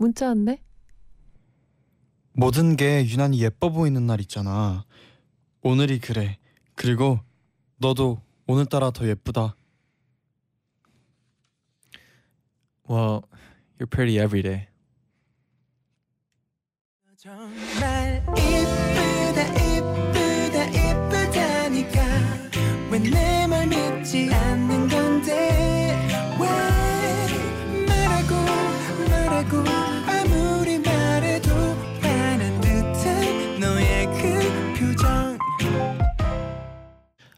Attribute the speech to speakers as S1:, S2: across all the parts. S1: 문자 왔네.
S2: 모든 게 유난히 예뻐 보이는 날 있잖아. 오늘이 그래. 그리고 너도 오늘따라 더 예쁘다.
S3: Well, you're pretty every day.
S4: 정말 이쁘다 이쁘다 이쁘다니까 왜 내 말 믿지 않는 건데 왜 말하고 말하고 아무리 말해도 안한 듯한 너의 그 표정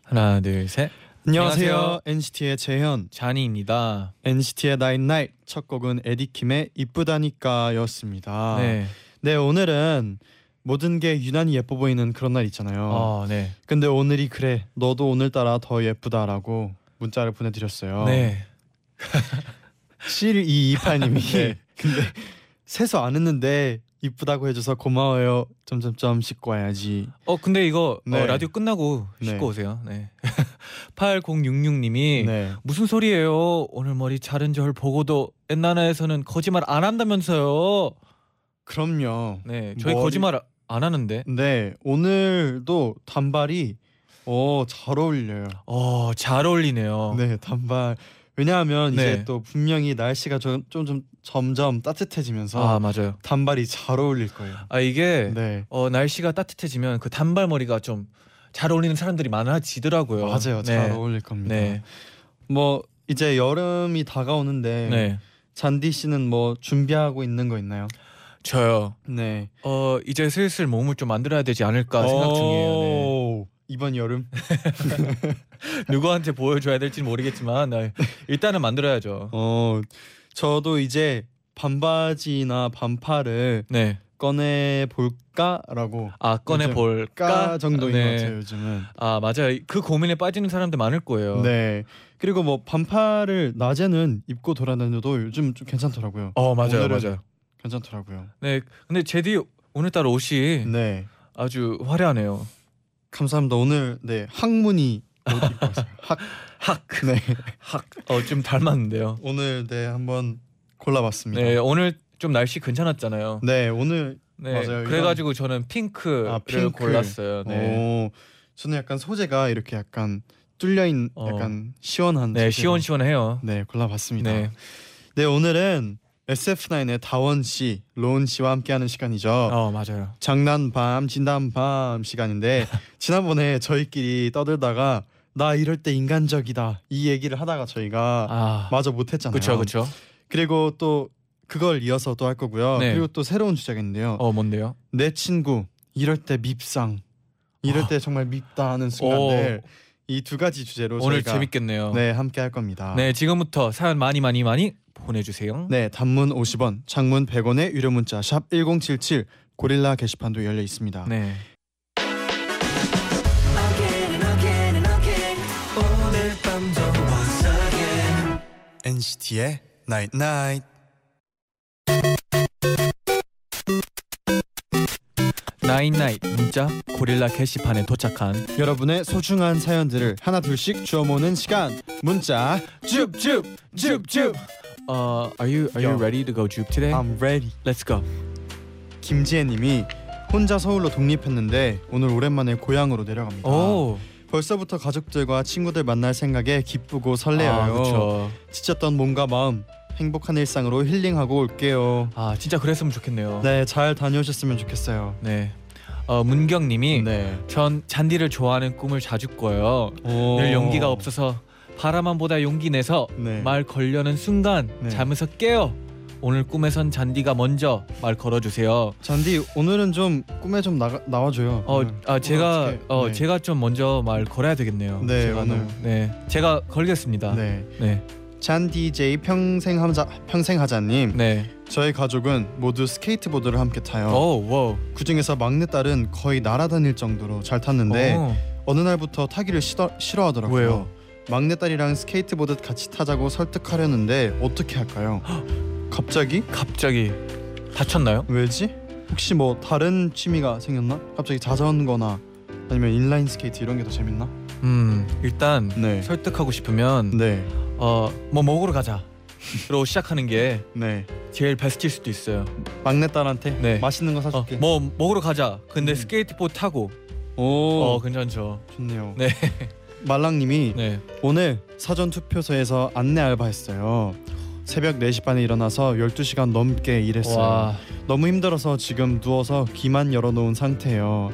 S3: 하나, 둘, 셋.
S2: 안녕하세요.
S3: 안녕하세요.
S2: NCT의 재현.
S3: 자니입니다.
S2: NCT의 나인 나잇 첫 곡은 에디킴의 이쁘다니까였습니다.
S3: 네.
S2: 네, 오늘은 모든 게 유난히 예뻐 보이는 그런 날 있잖아요.
S3: 어, 네.
S2: 근데 오늘이 그래. 너도 오늘따라 더 예쁘다라고 문자를 보내드렸어요.
S3: 네.
S2: 7228님이
S3: 네.
S2: 근데 세수 안 했는데 이쁘다고 해줘서 고마워요. 점점점 씻고 와야지.
S3: 어, 근데 이거
S2: 네.
S3: 어, 라디오 끝나고
S2: 네.
S3: 씻고 오세요. 네. 8066님이
S2: 네.
S3: 무슨 소리예요? 오늘 머리 자른 절 보고도 엔나나에서는 거짓말 안 한다면서요.
S2: 그럼요.
S3: 네, 저희
S2: 머리-
S3: 거짓말 아- 안 하는데.
S2: 네 오늘도 단발이 어잘 어울려요.
S3: 어, 잘 어울리네요.
S2: 네 단발. 왜냐하면
S3: 네.
S2: 이제 또 분명히 날씨가 좀, 좀, 좀 점점 따뜻해지면서
S3: 아, 맞아요.
S2: 단발이 잘 어울릴 거예요.
S3: 아, 이게
S2: 네
S3: 어, 날씨가 따뜻해지면 그 단발머리가 좀 잘 어울리는 사람들이 많아지더라고요.
S2: 맞아요. 잘 어울릴 겁니다.
S3: 어. 네.
S2: 뭐 이제 여름이 다가오는데
S3: 네.
S2: 잔디 씨는 뭐 준비하고 있는 거 있나요?
S3: 저요.
S2: 네.
S3: 어, 이제 슬슬 몸을 좀 만들어야 되지 않을까 생각 중이에요. 네.
S2: 오, 이번 여름.
S3: 누구한테 보여줘야 될지는 모르겠지만 네. 일단은 만들어야죠.
S2: 어 저도 이제 반바지나 반팔을
S3: 네.
S2: 꺼내 볼까라고
S3: 아, 꺼내
S2: 요즘
S3: 볼까
S2: 까 정도인
S3: 네.
S2: 것 같아요 요즘은.
S3: 아, 맞아요. 그 고민에 빠지는 사람들 많을 거예요.
S2: 네. 그리고 뭐 반팔을 낮에는 입고 돌아다녀도 요즘 좀 괜찮더라고요.
S3: 어, 맞아요.
S2: 오늘은-
S3: 맞아요.
S2: 괜찮더라고요.
S3: 네. 근데 제디 오늘따라 옷이
S2: 네.
S3: 아주 화려하네요.
S2: 감사합니다. 오늘 네 학문이 옷 입고 왔어요. 학.
S3: 학.
S2: 네.
S3: 학. 어, 좀 닮았는데요.
S2: 오늘 네 한번 골라봤습니다.
S3: 네, 오늘 좀 날씨 괜찮았잖아요.
S2: 네, 오늘
S3: 네,
S2: 맞아요.
S3: 그래가지고 저는 핑크를
S2: 아, 핑크.
S3: 골랐어요. 네.
S2: 오, 저는 약간 소재가 이렇게 약간 뚫려 있는
S3: 어.
S2: 약간 시원한
S3: 네,
S2: 소재로
S3: 시원시원해요.
S2: 네 골라봤습니다.
S3: 네.
S2: 네. 오늘은 SF9의 다원 씨, 로운 씨와 함께하는 시간이죠.
S3: 어, 맞아요.
S2: 장난밤, 진담밤 시간인데 지난번에 저희끼리 떠들다가 나 이럴 때 인간적이다 이 얘기를 하다가 저희가
S3: 아,
S2: 마저 못했잖아요.
S3: 그렇죠, 그렇죠.
S2: 그리고 또 그걸 이어서 또 할 거고요.
S3: 네.
S2: 그리고 또 새로운 주제가 있는데요.
S3: 어, 뭔데요?
S2: 내 친구 이럴 때 밉상, 이럴
S3: 아.
S2: 때 정말 밉다 하는 순간들 이 두 가지 주제로
S3: 오늘
S2: 저희가
S3: 재밌겠네요. 네.
S2: 네 함께 할 겁니다.
S3: 지금부터 사연 많이 많이 많이 보내주세요.
S2: 네, 단문 50원, 장문 100원의 유료 문자 샵 #1077 고릴라 게시판도 열려 있습니다.
S3: 네.
S4: Again and again and again 오늘 밤도 once again
S2: NCT의 Night Night.
S3: 나인나이 문자 고릴라 게시판에 도착한
S2: 여러분의 소중한 사연들을 하나 둘씩 주워 모는 시간. 문자.
S3: 줍줍 줍줍. 어, are you are you
S2: Yo.
S3: ready to go 줍 today?
S2: I'm ready.
S3: Let's go.
S2: 김지혜 님이 혼자 서울로 독립했는데 오늘 오랜만에 고향으로 내려갑니다.
S3: 오.
S2: 벌써부터 가족들과 친구들 만날 생각에 기쁘고 설레요.
S3: 아, 그렇죠.
S2: 지쳤던 몸과 마음 행복한 일상으로 힐링하고 올게요.
S3: 아, 진짜 그랬으면 좋겠네요.
S2: 네, 잘 다녀오셨으면 좋겠어요.
S3: 네. 어, 문경님이
S2: 네.
S3: 전 잔디를 좋아하는 꿈을 자주 꿔요. 늘 용기가 없어서 바라만 보다 용기 내서
S2: 네.
S3: 말 걸려는 순간
S2: 네.
S3: 잠에서 깨요. 오늘 꿈에선 잔디가 먼저 말 걸어주세요.
S2: 잔디 오늘은 좀 꿈에 좀 나가, 나와줘요.
S3: 어,
S2: 오늘.
S3: 아 제가
S2: 음. 어떡해.
S3: 어
S2: 네.
S3: 제가 좀 먼저 말 걸어야 되겠네요.
S2: 네,
S3: 제가
S2: 오늘.
S3: 너무- 네 제가 걸겠습니다. 네.
S2: 네. 잔 DJ 평생 하자 평생 하자님
S3: 네.
S2: 저희 가족은 모두 스케이트보드를 함께 타요.
S3: 오, 어, 와우.
S2: 그중에서 막내딸은 거의 날아다닐 정도로 잘 탔는데
S3: 오.
S2: 어느 날부터 타기를 싫어, 싫어하더라고요.
S3: 왜요?
S2: 막내딸이랑 스케이트보드 같이 타자고 설득하려는데 어떻게 할까요? 갑자기?
S3: 갑자기 다쳤나요?
S2: 왜지? 혹시 뭐 다른 취미가 생겼나? 갑자기 자전거나 아니면 인라인 스케이트 이런 게 더 재밌나?
S3: 음, 일단
S2: 네.
S3: 설득하고 싶으면
S2: 네.
S3: 어, 뭐 먹으러 가자. 로 시작하는 게
S2: 네.
S3: 제일 베스트일 수도 있어요.
S2: 막내딸한테
S3: 네.
S2: 맛있는 거
S3: 어,
S2: 사줄게.
S3: 뭐 먹으러 가자. 근데
S2: 음.
S3: 스케이트보드 타고.
S2: 오.
S3: 어, 괜찮죠.
S2: 좋네요.
S3: 네.
S2: 말랑님이
S3: 네.
S2: 오늘 사전 투표소에서 안내 알바했어요. 새벽 4시 반에 일어나서 12시간 넘게 일했어요.
S3: 와.
S2: 너무 힘들어서 지금 누워서 귀만 열어놓은 상태예요.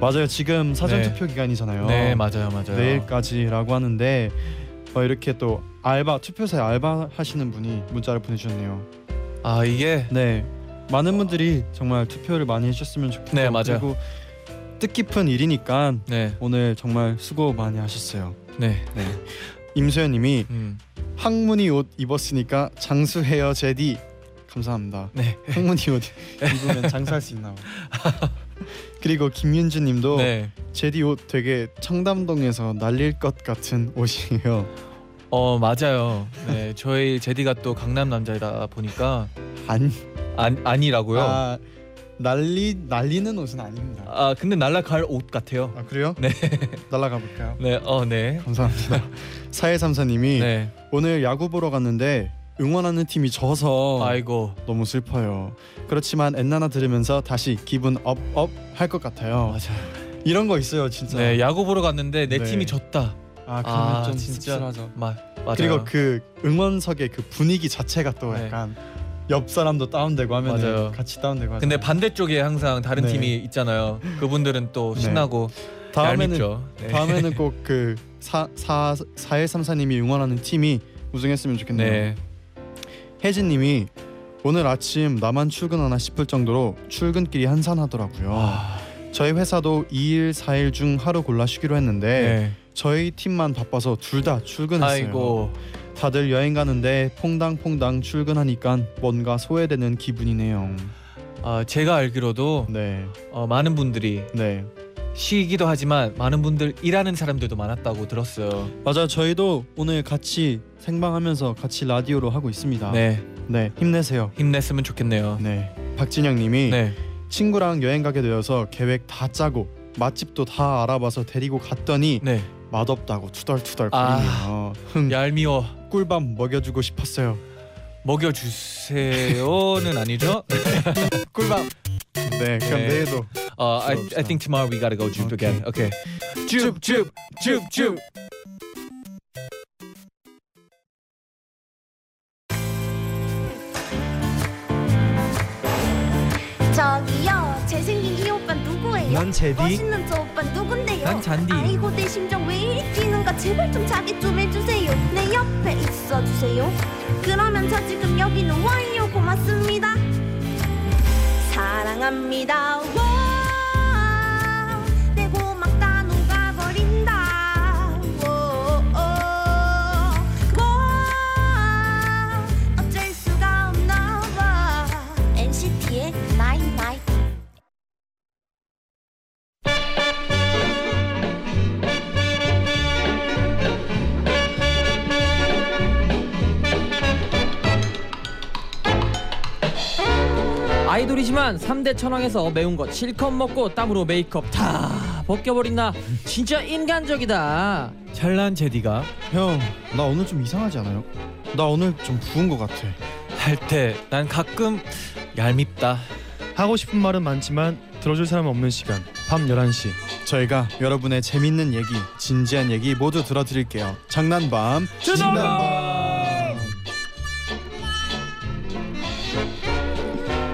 S2: 맞아요. 지금 사전
S3: 네.
S2: 투표 기간이잖아요.
S3: 네, 맞아요. 맞아요.
S2: 내일까지라고 하는데 어, 이렇게 또 알바 투표소에 알바 하시는 분이 문자를 보내주셨네요.
S3: 아, 이게
S2: 네, 많은 분들이 정말 투표를 많이 해주셨으면 좋겠고
S3: 네, 맞아요.
S2: 그리고 뜻깊은 일이니까
S3: 네.
S2: 오늘 정말 수고 많이 하셨어요.
S3: 네.
S2: 네. 임소연님이
S3: 음.
S2: 항문이 옷 입었으니까 장수 헤어 제디 감사합니다.
S3: 네.
S2: 항문이 옷 입으면 장수할 수 있나 봐. 그리고 김윤주님도
S3: 네.
S2: 제디 옷 되게 청담동에서 날릴 것 같은 옷이에요.
S3: 어, 맞아요. 네. 저희 제디가 또 강남 남자이다 보니까
S2: 안
S3: 안 아니라고요. 아,
S2: 아, 날리 날리는 옷은 아닙니다.
S3: 근데 날라갈 옷 같아요.
S2: 아 그래요?
S3: 네.
S2: 날라가 볼까요?
S3: 네. 어, 네.
S2: 감사합니다. 사일삼사님이
S3: 네.
S2: 오늘 야구 보러 갔는데 응원하는 팀이 져서
S3: 어. 아이고.
S2: 너무 슬퍼요. 그렇지만 엔나나 들으면서 다시 기분 업업 할 것 같아요.
S3: 맞아요.
S2: 이런 거 있어요, 진짜.
S3: 네, 야구 보러 갔는데 내
S2: 네.
S3: 팀이 졌다.
S2: 아 그러면
S3: 아,
S2: 좀
S3: 진짜.
S2: 씁쓸하죠.
S3: 마, 맞아요.
S2: 그리고 그 응원석의 그 분위기 자체가 또
S3: 네.
S2: 약간 옆 사람도 다운되고 하면
S3: 맞아요.
S2: 은 같이 다운되고 하죠.
S3: 근데 반대쪽에 항상 다른
S2: 네.
S3: 팀이 있잖아요. 그분들은 또
S2: 네.
S3: 신나고
S2: 다음에는
S3: 얄밉죠. 네.
S2: 다음에는 꼭 그 사사 사일삼사님이 응원하는 팀이 우승했으면 좋겠네요.
S3: 네.
S2: 혜진님이 오늘 아침 나만 출근하나 싶을 정도로 출근길이 한산하더라고요.
S3: 아.
S2: 저희 회사도 2일 4일 중 하루 골라 쉬기로 했는데
S3: 네.
S2: 저희 팀만 바빠서 둘 다 출근했어요.
S3: 아이고.
S2: 다들 여행 가는데 퐁당퐁당 출근하니까 뭔가 소외되는 기분이네요.
S3: 아, 제가 알기로도
S2: 네,
S3: 어, 많은 분들이
S2: 네
S3: 쉬기도 하지만 많은 분들 일하는 사람들도 많았다고 들었어요.
S2: 맞아 저희도 오늘 같이 생방하면서 같이 라디오로 하고 있습니다.
S3: 네.
S2: 네 힘내세요.
S3: 힘냈으면 좋겠네요.
S2: 네 박진영님이
S3: 네.
S2: 친구랑 여행 가게 되어서 계획 다 짜고 맛집도 다 알아봐서 데리고 갔더니
S3: 네.
S2: 맛없다고 투덜투덜
S3: 아.
S2: 거리네요. 흥
S3: 얄미워.
S2: 꿀밥 먹여주고 싶었어요.
S3: 먹여 주세요는 아니죠?
S2: 꿀밤. 네, 그럼
S3: 네.
S2: 내일도
S3: 어, I, I think tomorrow we gotta go jupe again. Okay. Jupe, jupe, jupe, jupe.
S1: 저기요 잘생긴 이 오빠 누구예요?
S5: 난 제디.
S1: 멋있는 저 오빠 누군데요?
S3: 난 잔디.
S1: 아이고 내 심장 왜 이리 뛰는가 제발 좀 자기 좀 해주세요 내 옆에 있어주세요 그러면 저 지금 여기는 와요 고맙습니다 사랑합니다 와, 내 고맙다 녹아버린다 와, 와, 어쩔 수가 없나 봐 NCT의 나인 나인
S6: 아이돌이지만 3대 천왕에서 매운 거 실컷 먹고 땀으로 메이크업 다 벗겨버린다 진짜 인간적이다
S3: 찰난 제디가
S2: 형, 나 오늘 좀 이상하지 않아요? 나 오늘 좀 부은 것 같아.
S3: 할 때 난 가끔 얄밉다.
S5: 하고 싶은 말은 많지만 들어줄 사람 없는 시간 밤 11시
S2: 저희가 여러분의 재밌는 얘기, 진지한 얘기 모두 들어드릴게요. 장난밤, 진단밤.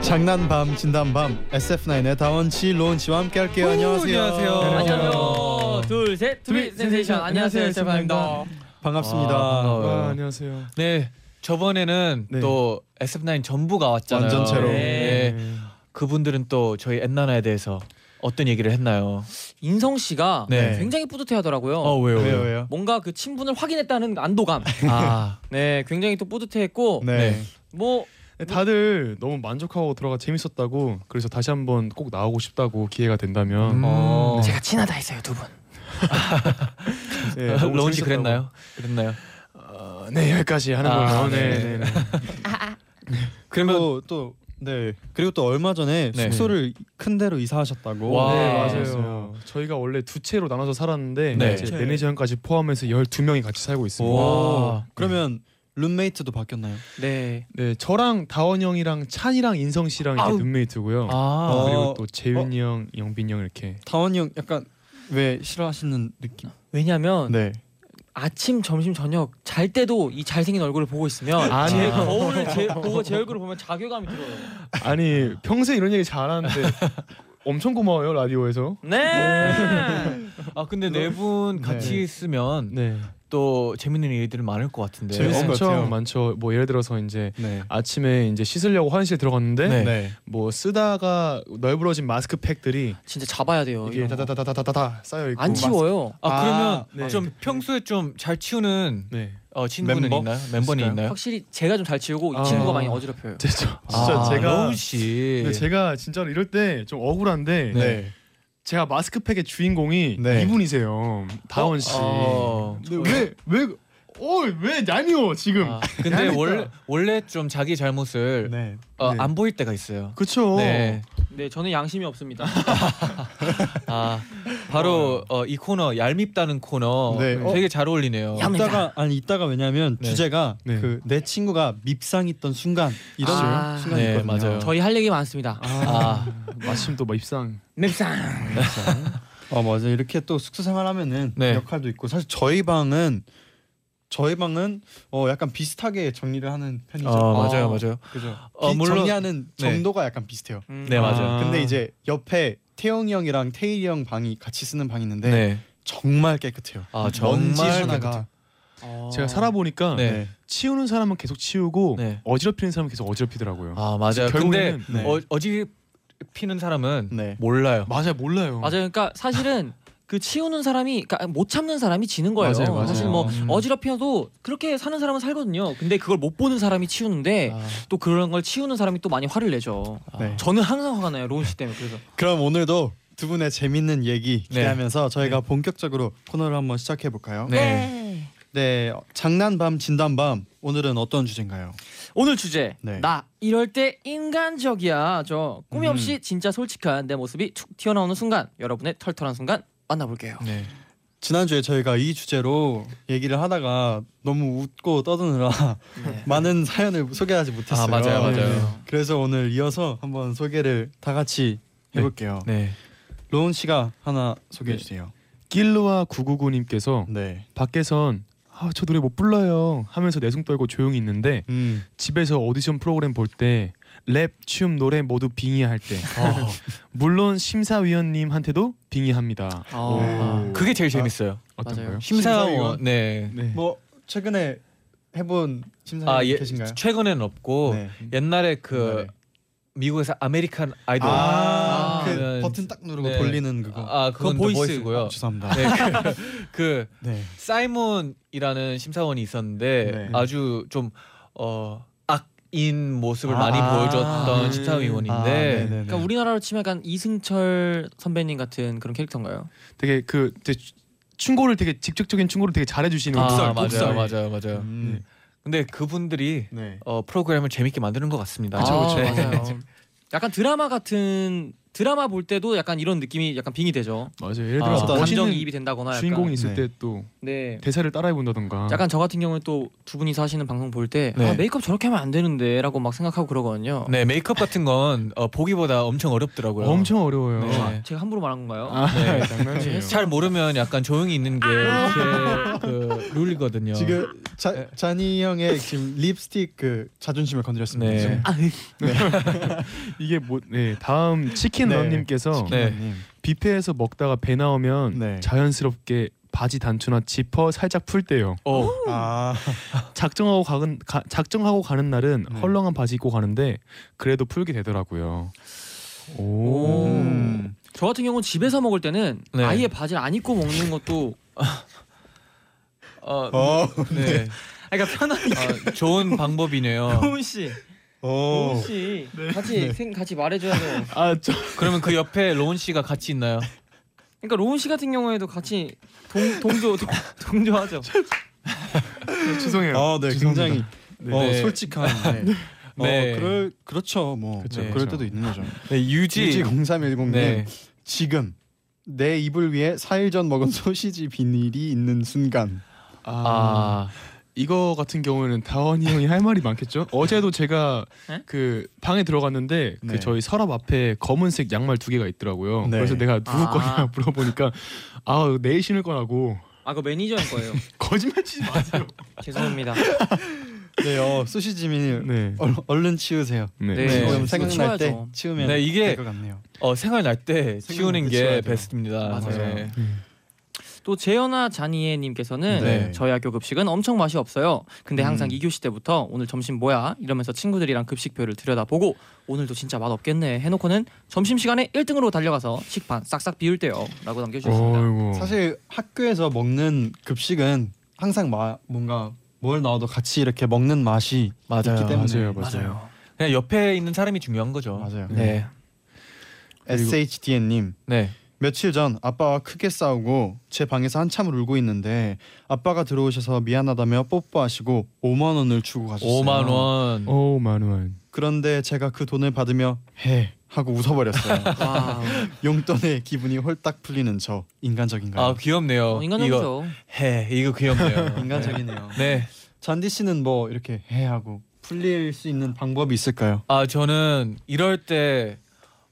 S2: 장난밤, 진단밤, SF9의 다원치, 로운치와 함께할게요. 안녕하세요.
S3: 안녕하세요.
S6: 둘셋
S5: 둘이
S6: 투비 센세이션 안녕하세요 세파입니다
S2: 반갑습니다.
S3: 아, 반가워요.
S5: 와, 안녕하세요
S3: 네. 저번에는
S5: 네.
S3: 또 SF9 전부가 네. 왔잖아요.
S2: 완전체로. 네.
S3: 네. 그분들은 또 저희 엔나나에 대해서 어떤 얘기를 했나요?
S6: 인성 씨가
S3: 네.
S6: 굉장히 뿌듯해하더라고요.
S3: 어 왜요?
S2: 왜요
S3: 왜요?
S2: 왜요?
S6: 뭔가 그 친분을 확인했다는 안도감.
S3: 아
S6: 네, 굉장히 또 뿌듯해했고
S2: 네.
S5: 어,
S3: 네.
S6: 뭐
S5: 다들 너무 만족하고 들어가 재밌었다고 그래서 다시 한번 꼭 나오고 싶다고 기회가 된다면
S3: 어,
S6: 음, 제가 친하다 했어요 두 분.
S5: 네, 너무
S3: 런지 아,
S5: 재밌었다고.
S3: 그랬나요? 그랬나요?
S5: 어, 네 여기까지 하는
S3: 아,
S5: 걸로.
S3: 네.
S5: 네, 네, 네.
S2: 그리고 또 네. 그리고 또 얼마 전에
S3: 네.
S2: 숙소를 큰 데로 이사하셨다고.
S3: 와.
S5: 네,
S3: 아,
S5: 맞아요. 저희가 원래 두 채로 나눠서 살았는데
S3: 네.
S5: 이제 매니저 형까지 포함해서 12명이 같이 살고 있습니다.
S3: 와.
S2: 그러면 룸메이트도 바뀌었나요?
S6: 네.
S5: 네, 저랑 다원 형이랑 찬이랑 인성 씨랑 이렇게
S6: 아우.
S5: 룸메이트고요.
S3: 아
S2: 어.
S5: 그리고 또 재윤이 형, 영빈 형 이렇게.
S2: 다원이 형 약간 왜 싫어하시는 느낌?
S6: 왜냐면
S2: 네.
S6: 아침, 점심, 저녁 잘 때도 이 잘생긴 얼굴을 보고 있으면
S5: 아니.
S6: 제 거울을 제, 보고 제 얼굴을 보면 자괴감이 들어요.
S5: 아니 평소에 이런 얘기 잘 안 하는데 엄청 고마워요 라디오에서.
S6: 네.
S3: 아 근데 네 분 같이
S2: 네.
S3: 있으면
S5: 네.
S3: 또 재밌는 일들이 많을 네, 것 같은데. 어?
S2: 재밌을 것 같아요.
S5: 엄청 많죠. 뭐 예를 들어서 이제
S2: 네.
S5: 아침에 이제 씻으려고 화장실 들어갔는데
S3: 네.
S5: 뭐 쓰다가 널브러진 마스크팩들이
S6: 진짜 잡아야
S3: 어,
S6: 돼요.
S5: 이게
S6: 이런 거.
S5: 다다다다다다다 쌓여 있고.
S6: 안 치워요.
S3: 아 그러면
S2: 아,
S5: 네.
S3: 좀 평소에 좀 잘 치우는
S5: 네.
S3: 어, 친구는
S2: 멤버?
S3: 있나요? 멤버는
S2: 있을까요?
S3: 있나요?
S6: 확실히 제가 좀 잘 치우고 이
S5: 아.
S6: 친구가 많이 어지럽혀요.
S5: 제- 저-
S3: 아,
S5: 진짜 제가
S3: 러운 씨.
S5: 근데 제가 진짜로 이럴 때 좀 억울한데
S3: 예. 네.
S5: 제가 마스크팩의 주인공이
S2: 네.
S5: 이분이세요. 다원 씨.
S3: 어.
S5: 왜왜 어, 왜 얄미워 지금?
S3: 아, 근데
S5: 야미다.
S3: 원래 원래 좀 자기 잘못을
S2: 네.
S3: 어,
S5: 네.
S3: 안 보일 때가 있어요.
S5: 그쵸.
S3: 네.
S6: 네, 저는 양심이 없습니다.
S3: 아 바로 어, 이 코너 얄밉다는 코너
S2: 네.
S3: 되게 잘 어울리네요.
S6: 야- 깜짝이야.
S2: 이따가 아니 이따가 왜냐면
S3: 네.
S2: 주제가
S5: 네.
S2: 그 내 친구가 밉상했던 순간 이런
S5: 그렇죠.
S6: 아,
S2: 순간이
S3: 네,
S2: 있거든요.
S3: 맞아요.
S6: 저희 할 얘기 많습니다.
S3: 아,
S5: 마침 또막 입상.
S6: 맵상.
S2: 어 맞아 이렇게 또 숙소 생활하면은
S3: 네.
S2: 역할도 있고 사실 저희 방은 저희 방은 어 약간 비슷하게 정리를 하는 편이죠.
S3: 어,
S6: 어.
S3: 맞아요, 맞아요.
S2: 그죠.
S3: 어,
S2: 비-
S3: 물론-
S2: 정리하는
S3: 네.
S2: 정도가 약간 비슷해요.
S6: 음.
S3: 네, 맞아요.
S5: 아.
S2: 근데 이제 옆에 태영이 형이랑 태일이 형 방이 같이 쓰는 방이 있는데
S3: 네.
S2: 정말 깨끗해요.
S3: 아
S2: 먼지
S3: 정말
S2: 하나가
S6: 어.
S5: 제가 살아보니까
S3: 어. 네.
S5: 치우는 사람은 계속 치우고
S3: 네.
S5: 어지럽히는 사람은 계속 어지럽히더라고요.
S3: 아 맞아요. 근데
S5: 결국에는
S2: 네.
S3: 어, 어지피는 사람은
S2: 네.
S3: 몰라요.
S5: 맞아요 몰라요.
S6: 맞아요. 그러니까 사실은 그 치우는 사람이 그러니까 못 참는 사람이 지는 거예요.
S5: 맞아요, 맞아요.
S6: 사실 뭐
S3: 음.
S6: 어지럽혀도 그렇게 사는 사람은 살거든요. 근데 그걸 못 보는 사람이
S3: 네.
S6: 치우는데
S5: 아.
S6: 또 그런 걸 치우는 사람이 또 많이 화를 내죠.
S3: 아.
S2: 네.
S6: 저는 항상 화가 나요. 로운 씨 때문에. 그래서
S2: 그럼 오늘도 두 분의 재밌는
S3: 네.
S2: 얘기 기대하면서 저희가 본격적으로 코너를 한번 시작해 볼까요? 네.
S3: 네.
S2: 어, 장난밤 진단밤 오늘은 어떤 주제인가요?
S6: 오늘 주제
S2: 네.
S6: 나 이럴 때 인간적이야. 저
S5: 음.
S6: 꾸미 없이 진짜 솔직한 내 모습이 툭 튀어나오는 순간 여러분의 털털한 순간 만나볼게요.
S3: 네.
S2: 지난주에 저희가 이 주제로 얘기를 하다가 너무 웃고 떠드느라
S6: 네.
S2: 많은 사연을 소개하지 못했어요. 네.
S3: 아 맞아요, 맞아요.
S2: 그래서 오늘 이어서 한번 소개를 다 같이 해볼게요.
S3: 네.
S2: 로운 씨가 하나 소개해 주세요.
S5: 길로와 999님께서
S2: 네.
S5: 밖에선 아, 저 노래 못 불러요 하면서 내숭 떨고 조용히 있는데
S2: 음.
S5: 집에서 오디션 프로그램 볼 때 랩, 춤, 노래 모두 빙의할 때
S2: 어.
S5: 물론 심사위원님한테도 빙의합니다.
S6: 아,
S3: 그게 제일 재밌어요.
S5: 어떤
S6: 맞아요.
S5: 거요?
S3: 심사위원.
S2: 심사위원.
S3: 네.
S5: 네.
S2: 뭐 최근에 해본 심사위원
S3: 아 예.
S2: 계신가요?
S3: 최근에는 없고
S2: 네.
S3: 옛날에 그
S2: 옛날에.
S3: 미국에서 아메리칸 아이돌.
S2: 아, 그
S3: 네.
S2: 버튼 딱 누르고
S3: 네.
S2: 돌리는 그거.
S3: 아 그건
S6: 그거 보이스.
S3: 보이스. 고요
S2: 죄송합니다.
S3: 네. 그, 그
S2: 네.
S3: 사이몬이라는 심사원이 있었는데
S2: 네.
S3: 아주 좀어 악인 모습을 많이
S2: 아.
S3: 보여줬던
S6: 음.
S2: 아,
S3: 심사위원인데
S2: 네네네.
S6: 그러니까 우리나라로 치면 약간 이승철 선배님 같은 그런 캐릭터인가요?
S5: 되게 그 되게 충고를 되게 직접적인 충고를 되게 잘해주시는
S3: 아,
S5: 곱살,
S3: 맞아요,
S5: 곱살.
S3: 맞아요, 맞아요. 네.
S2: 음.
S3: 근데 그분들이
S2: 네.
S3: 어, 프로그램을 재밌게 만드는 것
S5: 아,
S3: 같습니다. 네.
S6: 맞아요. 약간 드라마 같은 드라마 볼 때도 약간 이런 느낌이 약간 빙이 되죠.
S5: 맞아요. 예를
S3: 아,
S5: 들어서
S2: 어떤
S6: 감정
S5: 멋있는
S6: 이입이 된다거나 약간.
S5: 주인공이 아.
S2: 네.
S5: 있을 때 또
S6: 네.
S5: 대사를 따라해 본다던가.
S6: 약간 저 같은 경우는 또 두 분이서 하시는 방송 볼 때
S3: 네.
S6: 아, 메이크업 저렇게 하면 안 되는데라고 막 생각하고 그러거든요.
S3: 네, 메이크업 같은 건 어, 보기보다 엄청 어렵더라고요.
S5: 엄청 어려워요.
S3: 네.
S6: 아, 제가 함부로 말한 건가요?
S5: 아,
S3: 네.
S5: 장난이에요.
S3: 잘 모르면 약간 조용히 있는 게 제, 그 룰이거든요.
S2: 지금 자, 잔이 형의 지금 립스틱 그 자존심을 건드렸습니다.
S3: 네.
S2: 지금.
S6: 아, 으.
S5: 이게 뭐 네, 다음 치킨
S2: 네.
S5: 런님께서
S3: 네.
S2: 님.
S5: 뷔페에서 먹다가 배 나오면
S2: 네.
S5: 자연스럽게 바지 단추나 지퍼 살짝 풀 때요.
S3: 어,
S2: 아.
S5: 작정하고 가는 가, 작정하고 가는 날은
S2: 네.
S5: 헐렁한 바지 입고 가는데 그래도 풀게 되더라고요. 오.
S6: 오.
S2: 음.
S6: 저 같은 경우는 집에서 먹을 때는
S3: 네.
S6: 아예 바지를 안 입고 먹는 것도
S3: 어,
S2: 어.
S3: 네.
S6: 아, 그러니까 편하니까
S3: 아, 좋은 방법이네요.
S6: 호은 씨,
S2: 어.
S6: 호은 씨 같이 생 같이 말해줘야 돼요.
S5: 아저
S3: 그러면 그 옆에 로운 씨가 같이 있나요?
S6: 그러니까 로운 씨 같은 경우에도 같이 동 동조 동, 동조하죠.
S5: 죄송해요.
S2: 아, 네. 굉장히 어,
S3: 네.
S2: 솔직한. 네.
S3: 네.
S2: 어, 그럴 그렇죠. 뭐
S5: 그쵸,
S2: 네.
S5: 그쵸.
S2: 그럴 때도 있는 거죠.
S3: 네, 유지.
S2: 0310님
S3: 네.
S2: 지금 내 입을 위해 4일 전 먹은 소시지 비닐이 있는 순간.
S5: 아,
S3: 아,
S5: 이거 같은 경우에는 다원이 형이 할 말이 많겠죠. 어제도 제가
S6: 네?
S5: 그 방에 들어갔는데
S2: 네.
S5: 그 저희 서랍 앞에 검은색 양말 두 개가 있더라고요.
S2: 네.
S5: 그래서 내가 누구
S6: 아.
S5: 거냐 물어보니까 아 내일 신을 거라고
S6: 아, 그 매니저인 거예요.
S5: 거짓말 치지 마세요.
S6: 죄송합니다.
S2: 네, 어, 소시지 비닐
S5: 네.
S2: 얼- 얼른 치우세요.
S5: 네.
S6: 어, 네.
S2: 지금
S6: 네.
S2: 생각날 때
S6: 치워야죠.
S2: 치우면
S3: 네, 이게
S2: 될것 같네요.
S3: 어, 생활 날 때 치우는 게
S2: 치워야 돼요.
S3: 베스트입니다.
S6: 맞아요.
S3: 네.
S6: 또 재현아 자니에님께서는
S2: 네.
S6: 저희 학교 급식은 엄청 맛이 없어요. 근데 항상
S2: 음.
S6: 2교시 때부터 오늘 점심 뭐야 이러면서 친구들이랑 급식표를 들여다보고 오늘도 진짜 맛 없겠네 해놓고는 점심 시간에 1등으로 달려가서 식판 싹싹 비울 때요라고 남겨주셨습니다.
S5: 어이구.
S2: 사실 학교에서 먹는 급식은 항상 마, 뭔가 뭘 넣어도 같이 이렇게 먹는 맛이 있기 때문에
S5: 맞아요, 맞아요.
S3: 그냥 옆에 있는 사람이 중요한 거죠.
S2: 맞아요.
S3: 네.
S2: SHDN님
S3: 네.
S2: 며칠 전 아빠와 크게 싸우고 제 방에서 한참 울고 있는데 아빠가 들어오셔서 미안하다며 뽀뽀하시고 5만 원을 주고 가셨어요.
S3: 5만 원.
S5: 오 만원.
S2: 그런데 제가 그 돈을 받으며 해 하고 웃어버렸어요.
S6: 와,
S2: 용돈에 기분이 홀딱 풀리는 저 인간적인가요?
S3: 아, 귀엽네요.
S6: 어,
S3: 이거
S6: 인간적이죠.
S3: 해. 이거 귀엽네요.
S2: 인간적이네요.
S3: 네.
S2: 잔디 씨는 뭐 이렇게 해 하고 풀릴 수 있는 방법이 있을까요?
S3: 아 저는 이럴 때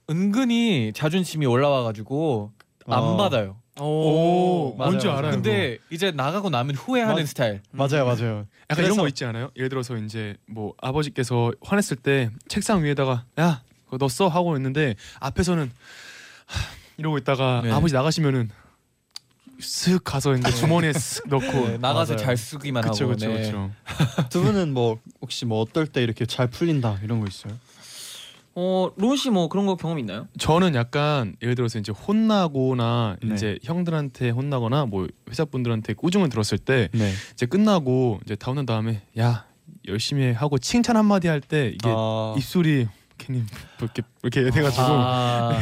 S3: 은근히 자존심이 올라와가지고 안
S2: 어.
S3: 받아요.
S6: 오,
S2: 맞아요,
S5: 뭔지
S2: 맞아요.
S5: 알아요.
S3: 근데 이제 나가고 나면 후회하는
S2: 맞-
S3: 스타일.
S2: 맞아요, 맞아요.
S5: 약간
S2: 그래서-
S5: 이런 거 있지 않아요? 예를 들어서 이제 뭐 아버지께서 화냈을 때 책상 위에다가 야 그거 너 써 하고 있는데 앞에서는 하, 이러고 있다가
S3: 네.
S5: 아버지 나가시면은 쓱 가서 이제 주머니에 쓱 넣고
S3: 네, 나가서
S2: 맞아요.
S3: 잘 쓰기만
S5: 그쵸
S3: 하고.
S5: 그쵸
S3: 네.
S5: 그쵸
S2: 두 분은 뭐 혹시 뭐 어떨 때 이렇게 잘 풀린다 이런 거 있어요?
S6: 어, 로운 씨뭐 그런 거 경험 있나요?
S5: 저는 약간 예를 들어서 이제 혼나거나
S2: 네.
S5: 이제 형들한테 혼나거나 뭐 회사분들한테 꾸중을 들었을 때
S2: 네.
S5: 이제 끝나고 이제 다운한 다음에 야 열심히 해 하고 칭찬 한마디 할 때 이게
S2: 아,
S5: 입술이 괜히 이렇게 이렇게 돼가지고
S3: 아,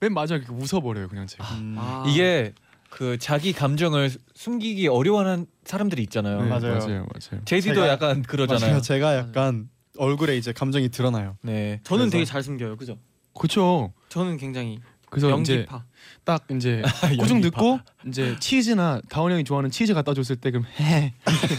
S5: 맨 마지막에 이렇게 웃어버려요 그냥 제가
S2: 음,
S6: 아,
S3: 이게 그 자기 감정을 숨기기 어려워하는 사람들이 있잖아요.
S5: 네,
S2: 맞아요.
S5: 맞아요 맞아요
S3: 제디도
S2: 제가-
S3: 약간 그러잖아요.
S2: 맞아요. 제가 약간 얼굴에 이제 감정이 드러나요.
S3: 네.
S6: 저는
S2: 그래서-
S6: 되게 잘 숨겨요, 그죠?
S5: 그쵸
S6: 저는 굉장히
S5: 그래서 이제
S6: 연기파.
S5: 딱 이제 꾸중
S3: 연기파.
S5: 듣고 이제 치즈나 다원 형이 좋아하는 치즈 갖다 줬을 때 그럼 헤헤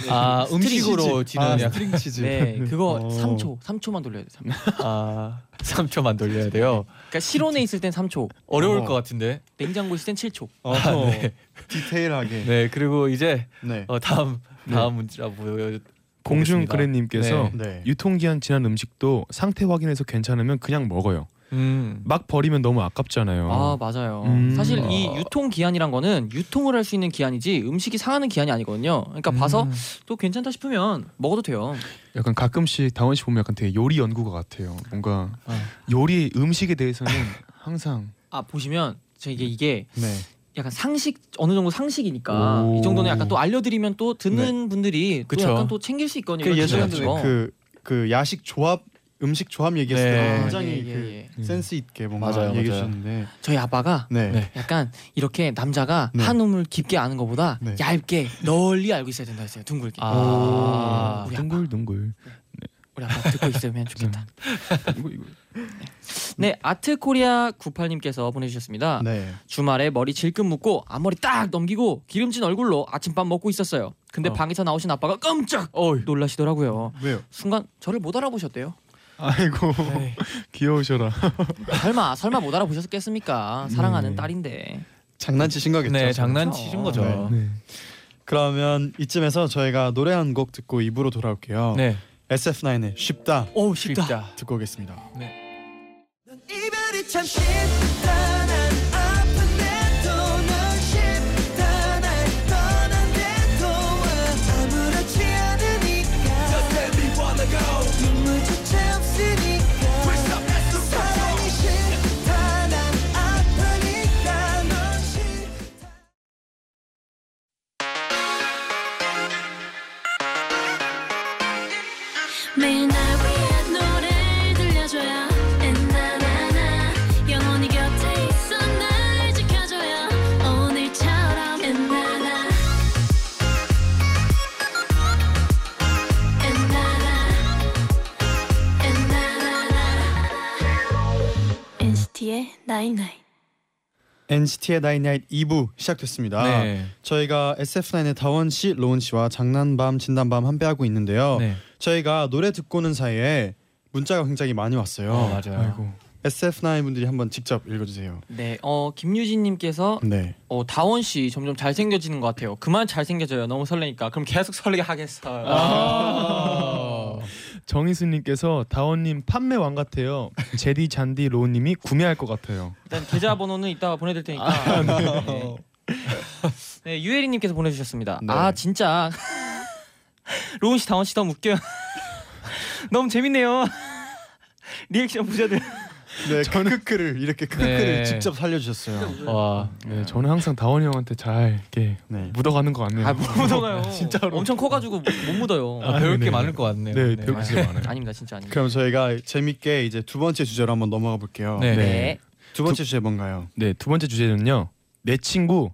S3: 아 음식으로
S2: 스트링 치즈. 아,
S3: 지는 약간
S2: 스트링 치즈.
S6: 네, 그거
S2: 어.
S6: 3초, 3초만 돌려야 돼. 3초.
S3: 아 3초만 돌려야 돼요.
S6: 그러니까 실온에 있을 땐 3초,
S3: 어려울
S2: 어.
S3: 것 같은데.
S6: 냉장고 있을 땐 7초.
S2: 어,
S3: 네.
S2: 디테일하게.
S3: 네 그리고 이제
S2: 네.
S3: 어, 다음
S5: 네.
S3: 다음 문자 보여.
S5: 공중
S3: 보겠습니다.
S5: 그래님께서
S3: 네.
S2: 네.
S5: 유통기한 지난 음식도 상태 확인해서 괜찮으면 그냥 먹어요
S3: 음.
S5: 막 버리면 너무 아깝잖아요
S2: 어.
S6: 아 맞아요.
S5: 음.
S6: 사실 이 유통 기한이란 거는 유통을 할 수 있는 기한이지 음식이 상하는 기한이 아니거든요. 그러니까 봐서
S3: 음.
S6: 또 괜찮다 싶으면 먹어도 돼요.
S5: 약간 가끔씩 다원 씨 보면 약간 되게 요리 연구가 같아요 뭔가 요리 음식에 대해서는 항상
S6: 아 보시면 저게 이게
S2: 네.
S6: 약간 상식 어느 정도 상식이니까
S5: 오.
S6: 이 정도는 약간 또 알려드리면 또 듣는 분들이 또
S3: 그쵸.
S6: 약간 또 챙길 수 있거든요.
S2: 네. 그
S6: 이런
S2: 예전에
S6: 기준이죠. 그렇죠.
S2: 그, 그 야식 조합 음식 조합 얘기했을 때
S3: 네.
S2: 굉장히
S6: 예, 예, 예.
S2: 그 센스 있게 뭔가
S3: 맞아요,
S2: 얘기해
S3: 맞아요.
S2: 주셨는데
S6: 저희 아빠가
S2: 네.
S3: 네.
S6: 약간 이렇게 남자가
S2: 네.
S6: 한우물 깊게 아는 것보다
S2: 네.
S6: 얇게 널리 알고 있어야 된다 했어요. 둥글게.
S3: 아.
S6: 우리 아빠.
S5: 둥글둥글
S6: 우리 아빠 듣고 있으면 좋겠다.
S5: 이거 이거
S6: 네 아트코리아 98님께서 보내주셨습니다.
S2: 네.
S6: 주말에 머리 질끈 묶고 앞머리 딱 넘기고 기름진 얼굴로 아침밥 먹고 있었어요. 근데
S3: 어.
S6: 방에서 나오신 아빠가 깜짝
S3: 어이.
S6: 놀라시더라고요.
S2: 왜요?
S6: 순간 저를 못 알아보셨대요. 네.
S5: 아이고 귀여우셔라
S6: 설마 설마 못 알아보셨겠습니까? 사랑하는
S5: 네.
S6: 딸인데.
S2: 장난치신 거겠죠.
S3: 네
S2: 저는.
S3: 장난치신 거죠.
S2: 네.
S5: 네.
S2: 그러면 이쯤에서 저희가 노래 한 곡 듣고 입으로 돌아올게요.
S3: 네.
S2: SF9의 쉽다
S6: 오 쉽다.
S2: 듣고 오겠습니다.
S3: 네.
S4: 이별이 참 쉽다 난 아픈데도 넌 쉽다 날 떠난데도 아무렇지 않으니까 눈물조차 없으니까 사랑이 쉽다 난 아프니까
S7: 매일 날 위한 노래를 들려줘요 엔나나나 영원히 곁에 있어 날 지켜줘요 오늘처럼 엔나나 엔나나 엔나나나 NCT의 나잇나잇
S2: NCT의 나인나잇 2부 시작됐습니다.
S3: 네.
S2: 저희가 SF9의 다원 씨, 로운 씨와 장난밤, 진단밤 함께 하고 있는데요.
S3: 네.
S2: 저희가 노래 듣고는 사이에 문자가 굉장히 많이 왔어요.
S3: 어, 맞아요.
S5: 아이고
S2: SF9 분들이 한번 직접 읽어주세요.
S6: 네, 어 김유진님께서
S2: 네.
S6: 어, 다원 씨 점점 잘 생겨지는 것 같아요. 그만 잘 생겨져요. 너무 설레니까. 그럼 계속 설레게 하겠어요.
S5: 정희수님께서 다원님 판매왕 같아요. 제디 잔디 로우님이 구매할 것 같아요.
S6: 일단 계좌번호는 이따가 보내드릴 테니까. 네. 네, 유혜리님께서 보내주셨습니다.
S2: 네.
S6: 아 진짜 로운 씨, 다원 씨 너무 웃겨요. 너무 재밌네요. 리액션 부자들.
S2: 네, 크크크를 이렇게 크크크를
S3: 네.
S2: 직접 살려주셨어요.
S3: 와.
S5: 네, 저는 항상 다원이 형한테 잘 이렇게
S2: 네.
S5: 묻어가는 것 같네요.
S6: 아, 못 묻어가요.
S5: 진짜로.
S6: 엄청 커가지고 못 묻어요.
S3: 아, 배울
S5: 네,
S3: 게
S5: 네.
S3: 많을 것 같네요.
S5: 네, 배울 게 진짜 많아요.
S6: 아닙니다, 진짜 아닙니다.
S2: 그럼 저희가 재밌게 이제 두 번째 주제로 한번 넘어가 볼게요.
S3: 네.
S6: 네.
S2: 두 번째 주제 뭔가요?
S5: 네, 두 번째 주제는요. 내 친구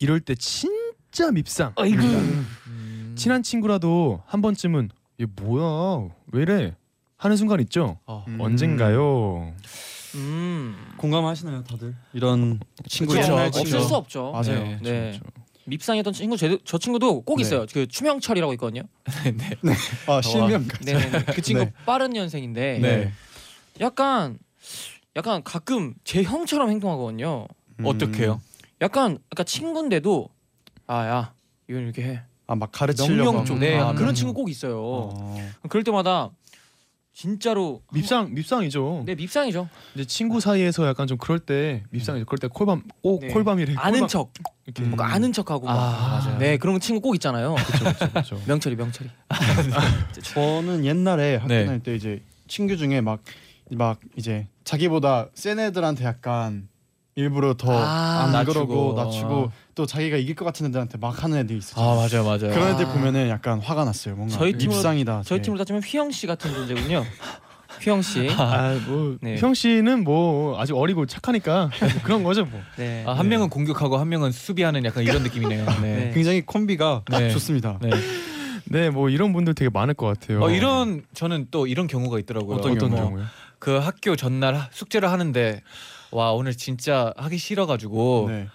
S5: 이럴 때 진짜 밉상.
S6: 아이고.
S3: 음.
S5: 친한 친구라도 한 번쯤은 얘 뭐야 왜 이래 하는 순간 있죠.
S3: 어.
S2: 음.
S5: 언젠가요.
S6: 음.
S2: 공감하시나요, 다들? 이런 친구
S3: 그쵸.
S2: 옛날
S3: 그렇죠.
S6: 없을
S2: 친구.
S6: 수 없죠.
S2: 맞아요.
S3: 네.
S6: 네. 밉상했던 친구 제, 저 친구도 꼭
S2: 네.
S6: 있어요. 그 추명철이라고 있거든요.
S3: 네.
S2: 아, 실명까지.
S6: 네. 그 친구
S2: 네.
S6: 빠른 년생인데
S3: 네.
S6: 약간 약간 가끔 제 형처럼 행동하거든요.
S2: 음.
S3: 어떻게요?
S6: 약간 아까 친구인데도 아야 이건 이렇게 해.
S2: 아, 막 가르치려고.
S3: 명령
S2: 하고.
S3: 쪽.
S6: 네.
S3: 아,
S6: 그런
S3: 음.
S6: 친구 꼭 있어요.
S2: 어.
S6: 그럴 때마다 진짜로
S5: 밉상 밉상이죠.
S6: 네 밉상이죠.
S5: 이제 친구 사이에서 약간 좀 그럴 때 밉상이죠. 그럴 때 콜밤 오
S6: 네.
S5: 콜밤이래.
S6: 아는
S5: 콜밤.
S6: 척,
S5: 이렇게.
S6: 뭔가 아는 척하고 막.
S3: 아, 맞아요.
S6: 네 그런 친구 꼭 있잖아요.
S5: 그렇죠, 그렇죠, 그렇죠.
S6: 명철이 명철이.
S2: 저는 옛날에 학교
S3: 네.
S2: 다닐 때 이제 친구 중에 막 막 이제 자기보다 센 애들한테 약간 일부러 더
S6: 아,
S2: 안
S3: 낮추고.
S2: 그러고 낮추고 또 자기가 이길 것 같은 애들한테 막 하는 애들이 있었죠.
S3: 아 맞아요, 맞아요.
S2: 그런 애들
S6: 아.
S2: 보면은 약간 화가 났어요. 뭔가
S6: 저희 팀으로-
S2: 입상이다.
S6: 저희
S2: 네.
S6: 팀으로 따지면 휘영 씨 같은 존재군요. 휘영 씨.
S5: 아뭐형
S6: 네.
S5: 씨는 뭐 아직 어리고 착하니까 뭐 그런 거죠 뭐.
S6: 네.
S3: 아, 한 명은 공격하고 한 명은 수비하는 약간 이런 느낌이네요. 네.
S6: 네.
S2: 굉장히 콤비가 딱
S3: 네.
S2: 좋습니다.
S3: 네.
S5: 네, 뭐 이런 분들 되게 많을 것 같아요.
S3: 어, 이런 저는 또 이런 경우가 있더라고요.
S5: 어떤,
S3: 뭐
S5: 경우요?
S3: 그 학교 전날 하- 숙제를 하는데 와 오늘 진짜 하기 싫어가지고
S2: 네.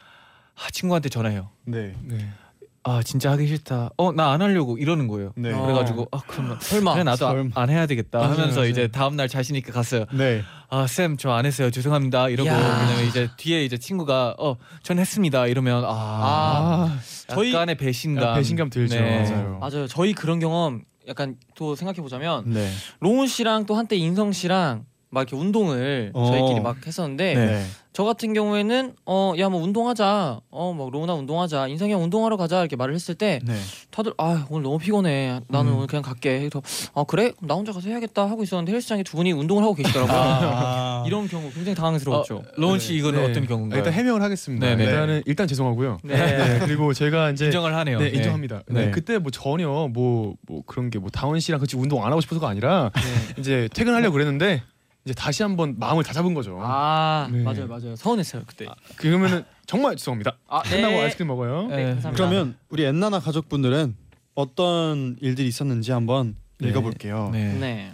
S3: 아, 친구한테 전화해요.
S2: 네.
S5: 네.
S3: 아 진짜 하기 싫다. 어 나 안 하려고 이러는 거예요.
S2: 네.
S6: 어.
S3: 그래가지고 아 그럼
S6: 설마.
S3: 그래 나도 아-
S2: 설마.
S3: 안 해야 되겠다
S5: 맞아요,
S3: 하면서
S5: 맞아요.
S3: 이제 다음 날 자신 있게 갔어요.
S2: 네.
S3: 아 쌤 저 안 했어요 죄송합니다 이러고
S6: 야.
S3: 왜냐면 이제 뒤에 이제 친구가 어 전 했습니다 이러면 아,
S5: 아,
S6: 저희-
S3: 약간의 배신감
S5: 배신감 들죠.
S3: 네.
S2: 맞아요.
S6: 맞아요. 저희 그런 경험 약간 또 생각해 보자면
S2: 네.
S6: 로운 씨랑 또 한때 인성 씨랑 막 이렇게 운동을
S2: 어.
S6: 저희끼리 막 했었는데
S2: 네.
S6: 저 같은 경우에는 어야 뭐 운동하자 어막 뭐 로운아 운동하자 인성이 형 운동하러 가자 이렇게 말을 했을 때
S2: 네.
S6: 다들 아 오늘 너무 피곤해 나는
S3: 음.
S6: 오늘 그냥 갈게 그래서 아 그래 그럼 나 혼자 가서 해야겠다 하고 있었는데 헬스장에 두 분이 운동을 하고 계시더라고요
S2: 아.
S6: 이런 경우 굉장히
S3: 어,
S6: 당황스러웠죠
S3: 로운 씨 이거는
S5: 네.
S3: 어떤 경우인가요?
S5: 일단 해명을 하겠습니다.
S3: 네네.
S5: 일단은 일단 죄송하고요.
S6: 네.
S5: 네, 그리고 제가 이제
S3: 인정을 하네요.
S5: 네, 인정합니다. 네.
S3: 네.
S5: 그때 뭐 전혀 뭐 뭐 그런 게 뭐 다원 씨랑 같이 운동 안 하고 싶어서가 아니라
S3: 네.
S5: 이제 퇴근하려고 그랬는데 이제 다시 한번 마음을 다잡은 거죠.
S6: 아
S5: 네.
S6: 맞아요 맞아요 서운했어요 그때
S5: 그러면은 정말 죄송합니다.
S6: 아, 네.
S5: 끝나고 아이스크림 먹어요.
S6: 네, 감사합니다.
S2: 그러면 우리 엔나나 가족분들은 어떤 일들이 있었는지 한번
S5: 네.
S2: 읽어볼게요.
S3: 네.
S6: 네.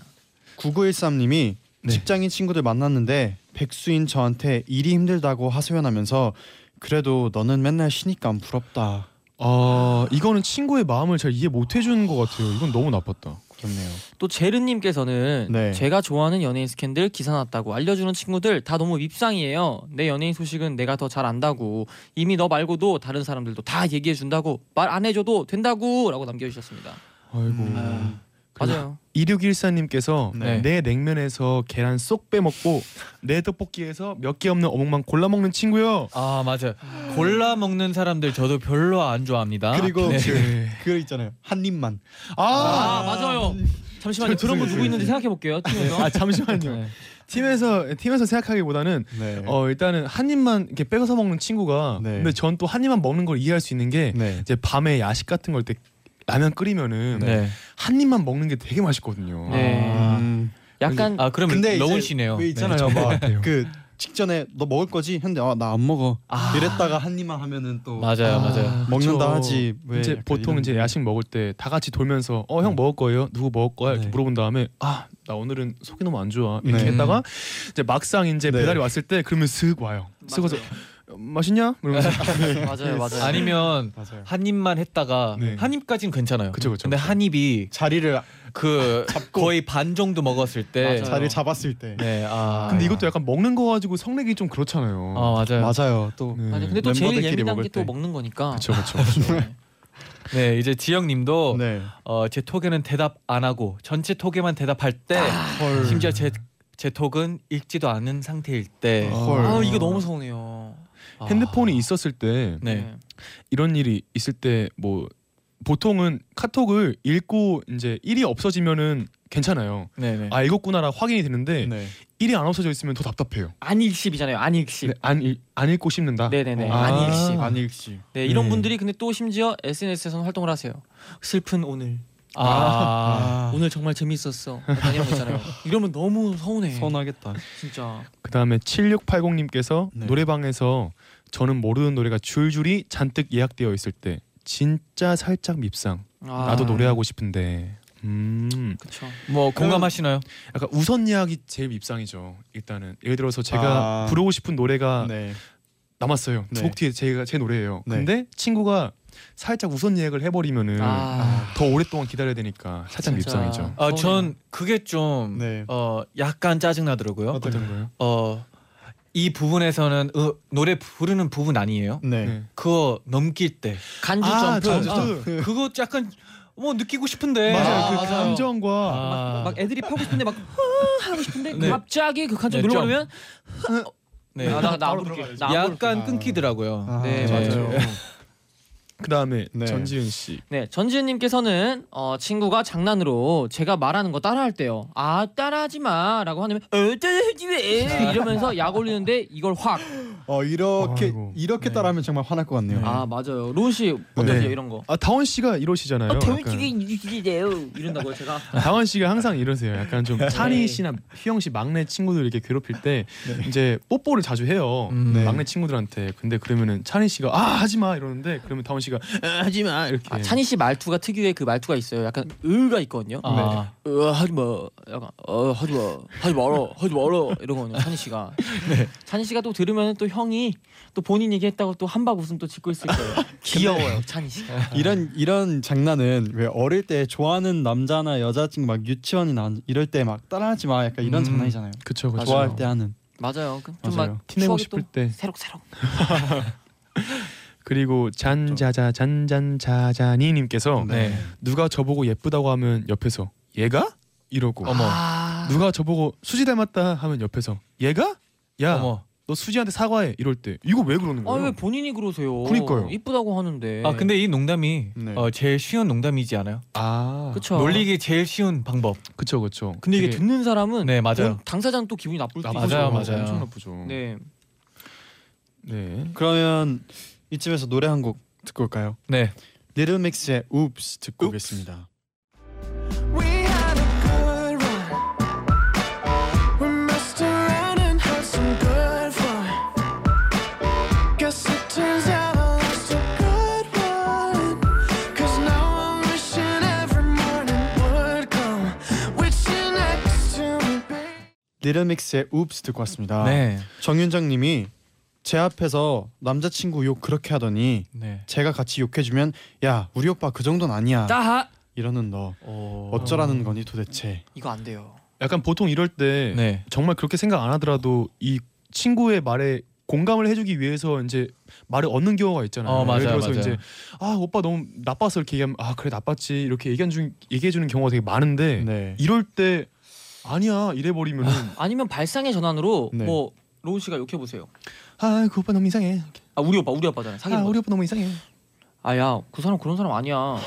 S2: 9913님이
S5: 네.
S2: 직장인 친구들 만났는데 백수인 저한테 일이 힘들다고 하소연하면서 그래도 너는 맨날 쉬니까 부럽다.
S5: 아 이거는 친구의 마음을 잘 이해 못 해주는 것 같아요. 이건 너무 나빴다.
S2: 그렇네요.
S6: 또 제르님께서는
S2: 네.
S6: 제가 좋아하는 연예인 스캔들 기사 났다고 알려주는 친구들 다 너무 밉상이에요. 내 연예인 소식은 내가 더 잘 안다고 이미 너 말고도 다른 사람들도 다 얘기해 준다고 말 안 해줘도 된다고라고 남겨주셨습니다.
S5: 아이고.
S2: 음.
S6: 맞아요.
S5: 2614님께서
S3: 네.
S5: 내 냉면에서 계란 쏙 빼먹고 내 떡볶이에서 몇 개 없는 어묵만 골라 먹는 친구요.
S3: 아 맞아요. 골라 먹는 사람들 저도 별로 안 좋아합니다.
S2: 그리고
S3: 네.
S2: 그, 그거 있잖아요. 한 입만.
S6: 아, 맞아요. 잠시만요. 네. 그런 거 누구 있는지 생각해 볼게요. 팀에서.
S5: 아 잠시만요.
S6: 네.
S5: 팀에서 팀에서 생각하기보다는
S2: 네.
S5: 어 일단은 한 입만 이렇게 빼서 먹는 친구가
S2: 네.
S5: 근데 전 또 한 입만 먹는 걸 이해할 수 있는 게
S2: 네.
S5: 이제 밤에 야식 같은 걸때 라면 끓이면은
S3: 네.
S5: 한 입만 먹는 게 되게 맛있거든요.
S6: 네.
S2: 음.
S6: 약간
S3: 아 그러면
S2: 근데 이제
S3: 러운 씨네요.
S2: 왜 있잖아요. 막 그 직전에 너 먹을 거지? 했는데 아, 나 안 먹어.
S6: 아.
S2: 이랬다가 한 입만 하면은 또
S3: 맞아요, 맞아요.
S2: 먹는다
S5: 그쵸.
S2: 하지. 왜
S5: 이제
S2: 약간
S5: 보통
S2: 이런-
S5: 이제 야식 먹을 때 다 같이 돌면서 어 형 먹을 거예요? 누구 먹을 거야? 이렇게
S2: 네.
S5: 물어본 다음에 아 나 오늘은 속이 너무 안 좋아 이렇게
S2: 네.
S5: 했다가 이제 막상 이제
S2: 네.
S5: 배달이 왔을 때 그러면 슥 와요. 슥 와서 어, 맛있냐? 이러면서
S6: 네, 맞아요, 맞아요.
S3: 네. 아니면
S2: 맞아요.
S3: 한 입만 했다가
S5: 네.
S3: 한 입까진 괜찮아요.
S5: 그쵸, 그쵸,
S3: 근데
S5: 그쵸.
S3: 한 입이
S2: 자리를
S3: 그 거의 반 정도 먹었을 때
S6: 맞아요.
S2: 자리를 잡았을 때.
S3: 네. 아.
S5: 근데 이것도 약간 먹는 거 가지고 성내기 좀 그렇잖아요.
S3: 아, 맞아요.
S2: 맞아요. 또
S5: 네.
S6: 맞아요. 근데 또 제일
S2: 멤버들끼리
S6: 예민한 게
S2: 먹을
S6: 또
S2: 때.
S6: 먹는 거니까.
S5: 그쵸 그쵸. 그쵸.
S3: 네, 이제 지영 님도
S2: 네.
S3: 어, 제 톡에는 대답 안 하고 전체 톡에만 대답할 때
S2: 헐.
S3: 심지어 제 제 톡은 읽지도 않은 상태일 때
S2: 헐.
S6: 아 이거 너무 서운해요.
S3: 아.
S5: 핸드폰이 있었을 때
S3: 네.
S5: 이런 일이 있을 때 뭐 보통은 카톡을 읽고 이제 일이 없어지면은 괜찮아요.
S3: 네, 네.
S5: 아 읽었구나라 확인이 되는데
S2: 네.
S5: 일이 안 없어져 있으면 더 답답해요.
S6: 안일십이잖아요. 안일십.
S5: 네, 안, 읽, 안 읽고 씹는다.
S6: 네, 네, 네.
S5: 아.
S6: 안일십.
S2: 안 읽지.
S6: 네, 이런
S5: 네.
S6: 분들이 근데 또 심지어 SNS에서 활동을 하세요. 슬픈 오늘.
S3: 아.
S6: 오늘 정말 재밌었어. 약간 이런 거 있잖아요. 이러면 너무
S3: 네.
S6: 서운해.
S2: 선하겠다.
S6: 진짜.
S5: 그다음에 7680님께서
S2: 네.
S5: 노래방에서 저는 모르는 노래가 줄줄이 잔뜩 예약되어 있을 때 진짜 살짝 밉상.
S6: 아,
S5: 나도 노래하고 싶은데. 음.
S6: 그쵸.
S3: 뭐 공감하시나요?
S5: 약간 우선 예약이 제일 밉상이죠. 일단은 예를 들어서 제가
S2: 아.
S5: 부르고 싶은 노래가
S2: 네.
S5: 남았어요.
S2: 네.
S5: 두 곡 뒤에 제가 제 노래예요.
S2: 네.
S5: 근데 친구가 살짝 우선 예약을 해버리면은
S6: 아,
S5: 더 오랫동안 기다려야 되니까 살짝
S6: 진짜.
S5: 밉상이죠.
S3: 아,
S6: 서운해요.
S3: 전 그게 좀
S2: 네.
S3: 어, 약간 짜증 나더라고요.
S5: 어떤 거요?
S3: 어, 이 부분에서는 어, 노래 부르는 부분 아니에요?
S2: 네.
S5: 네.
S3: 그거 넘길 때
S6: 간주 점프.
S5: 아, 점프.
S3: 그거 약간 뭐 느끼고 싶은데
S5: 맞아요.
S6: 아,
S5: 그
S6: 맞아요.
S5: 감정과
S3: 아,
S6: 막 애들이 하고 싶은데 막 흐 아, 하고 싶은데
S3: 네.
S6: 갑자기 그 간주
S3: 네, 점.
S6: 눌러보면 아,
S3: 네.
S6: 나나 부를게. 나
S3: 약간
S2: 아.
S3: 끊기더라고요.
S2: 아,
S6: 네,
S3: 맞아요.
S5: 그다음에
S2: 네.
S5: 전지윤 씨.
S6: 네, 전지현님께서는 어, 친구가 장난으로 제가 말하는 거 따라할 때요. 아 따라하지 마라고 하면 어쩌지 왜 이러면서 약 올리는데 이걸 확.
S2: 어 이렇게
S5: 아이고.
S2: 이렇게
S6: 네.
S2: 따라하면 정말 화날 것 같네요.
S6: 아 맞아요. 로시 어떠세요 이런 거?
S5: 아 다원 씨가 이러시잖아요. 네, 약간.
S6: 이기세요 이런다고요 제가.
S5: 다원 씨가 항상 이러세요. 약간 좀 찬이 씨나 휘영 씨 막내 친구들 이렇게 괴롭힐 때 이제 뽀뽀를 자주 해요.
S3: 음,
S2: 네.
S5: 막내 친구들한테. 근데 그러면은 찬이 씨가 아 하지 마 이러는데 그러면 다원 씨가 아, 하지 마 이렇게.
S6: 아, 찬희 씨 말투가 특유의 그 말투가 있어요. 약간 으가 있거든요.
S2: 네.
S3: 아,
S6: 으 하지 마. 약간 어 하지 마. 하지 마라. 하지 마라. 이러거든요. 찬희 씨가.
S5: 네.
S6: 찬희 씨가 또 들으면 또 형이 또 본인 얘기했다고 또 한박 웃음 또 짓고 있을 거예요. 네. 귀여워요 찬희 씨가.
S2: 이런 이런 장난은 왜 어릴 때 좋아하는 남자나 여자친구 막 유치원이나 이럴 때 막 따라하지 마 약간 이런
S3: 음.
S2: 장난이잖아요.
S5: 그쵸 그쵸.
S2: 좋아할 때 하는.
S6: 맞아요. 그
S2: 맞아요.
S6: 좀막
S5: 티내고 싶을 때
S6: 새록새록.
S5: 그리고 잔자자 잔잔자자니님께서
S3: 네.
S5: 누가 저보고 예쁘다고 하면 옆에서 얘가 이러고
S3: 어머.
S6: 아,
S5: 누가 저보고 수지 닮았다 하면 옆에서 얘가 야 너
S3: 어머.
S5: 수지한테 사과해 이럴 때 이거 왜 그러는 거예요?
S6: 아왜 본인이 그러세요?
S5: 그니까요.
S6: 이쁘다고 하는데.
S3: 아 근데 이 농담이
S2: 네.
S3: 어, 제일 쉬운 농담이지 않아요?
S5: 아
S6: 그쵸.
S3: 놀리기 제일 쉬운 방법.
S5: 그쵸 그쵸.
S6: 근데 이게
S5: 되게
S6: 듣는 사람은
S3: 네, 맞아요.
S6: 본- 당사자는 또 기분이 나쁠 수도
S5: 나쁘죠.
S6: 있어요.
S3: 맞아요, 맞아요.
S5: 엄청 나쁘죠.
S6: 네.
S5: 네.
S2: 그러면 이쯤에서 노래 한 곡 듣고 올까요?
S3: 네.
S2: 리듬믹스의 Oops 듣고 오겠습니다.
S4: We had a good run. We messed around and had some good fun. Guess it turns out I lost a good one. Cause now I'm wishing every morning would come. Wishing next to me, baby.
S2: 리듬믹스의 Oops 듣고 왔습니다.
S3: 네.
S2: 정윤정님이 제 앞에서 남자친구 욕 그렇게 하더니
S3: 네.
S2: 제가 같이 욕해주면 야 우리 오빠 그 정도는 아니야
S6: 따하.
S2: 이러는 너
S3: 어.
S2: 어쩌라는 거니 도대체
S6: 이거 안 돼요.
S5: 약간 보통 이럴 때
S3: 네.
S5: 정말 그렇게 생각 안 하더라도 이 친구의 말에 공감을 해주기 위해서 이제 말을 얻는 경우가 있잖아요.
S3: 어, 맞아요,
S5: 예를 들어서
S3: 맞아요.
S5: 이제 아 오빠 너무 나빴어 이렇게 얘기하면 아 그래 나빴지 이렇게 얘기한 중 얘기해 주는 경우가 되게 많은데
S2: 네.
S5: 이럴 때 아니야 이래 버리면은
S6: 아니면 발상의 전환으로
S2: 네.
S6: 뭐 로운 씨가 욕해 보세요.
S5: 아그 오빠 너무 이상해.
S6: 아 우리 오빠 우리 아빠잖아.
S5: 아
S6: 사귀는 거.
S5: 우리 오빠 너무 이상해.
S6: 아야 그 사람 그런 사람 아니야.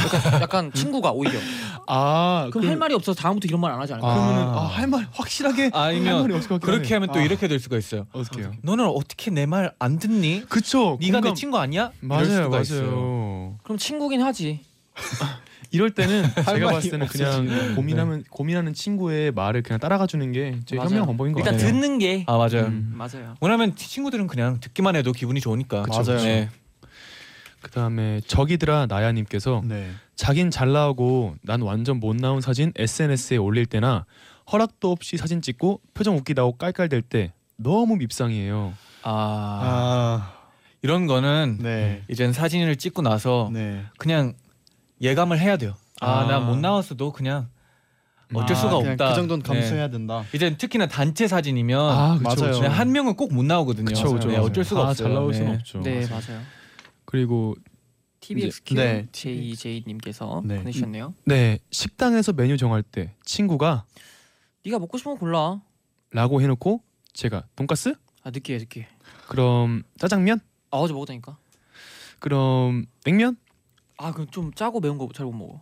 S6: 약간, 약간 친구가 오히려.
S5: 아
S6: 그럼
S5: 그-
S6: 할 말이 없어서 다음부터 이런 말 안 하지 않을까? 요
S5: 그러면은
S2: 아.
S5: 아, 할 말 확실하게 할 말이
S3: 아니면
S5: 없을 것 같긴
S3: 그렇게
S5: 하네.
S3: 하면 또
S5: 아.
S3: 이렇게 될 수가 있어요.
S5: 어떻게요?
S3: 너는 어떻게 내 말 안 듣니?
S5: 그쵸.
S3: 네가 내
S5: 뭐 공감-
S3: 친구 아니야? 이럴
S5: 맞아요
S3: 수가
S5: 맞아요.
S3: 있어요.
S6: 그럼 친구긴 하지.
S5: 이럴 때는
S2: 말이
S5: 제가 봤을 때는
S2: 없어지네.
S5: 그냥 고민하면 고민하는 친구의 말을 그냥 따라가 주는 게 제일
S6: 맞아요.
S5: 현명 방법인 것
S6: 일단
S5: 같아요.
S6: 듣는 게
S3: 아 맞아요.
S5: 음.
S6: 맞아요.
S3: 왜냐면 친구들은 그냥 듣기만 해도 기분이 좋으니까.
S2: 그쵸, 맞아요. 그쵸.
S3: 네.
S5: 그다음에 적이들아 나야님께서
S2: 네.
S5: 자긴 잘 나오고 난 완전 못 나온 사진 SNS에 올릴 때나 허락도 없이 사진 찍고 표정 웃기다고 깔깔댈 때 너무 밉상이에요.
S3: 아,
S2: 아,
S3: 이런 거는
S2: 네.
S3: 이젠 사진을 찍고 나서
S2: 네.
S3: 그냥 예감을 해야 돼요. 아
S5: 아.
S3: 나 못 나왔어도 그냥 어쩔
S2: 아,
S3: 수가
S2: 그냥
S3: 없다.
S2: 그 정도는
S3: 네.
S2: 감수해야 된다.
S3: 이제 특히나 단체 사진이면
S5: 그쵸,
S2: 맞아요.
S3: 네, 한 명은 꼭 못 나오거든요.
S5: 그쵸, 그쵸.
S3: 네, 어쩔 수가
S5: 다
S3: 없어요.
S5: 잘 나올
S3: 네.
S5: 수는 없죠.
S6: 네 맞아요.
S5: 그리고
S6: TBXQ
S2: 네.
S6: JJ님께서
S2: 네.
S6: 보내주셨네요.
S5: 네 식당에서 메뉴 정할 때 친구가
S6: 네가 먹고 싶은 거 골라.
S5: 라고 해놓고 제가 돈까스?
S6: 아 느끼해 느끼해.
S5: 그럼 짜장면?
S6: 아 어제 먹었다니까.
S5: 그럼 냉면?
S6: 아 그럼 좀 짜고 매운 거 잘 못 먹어.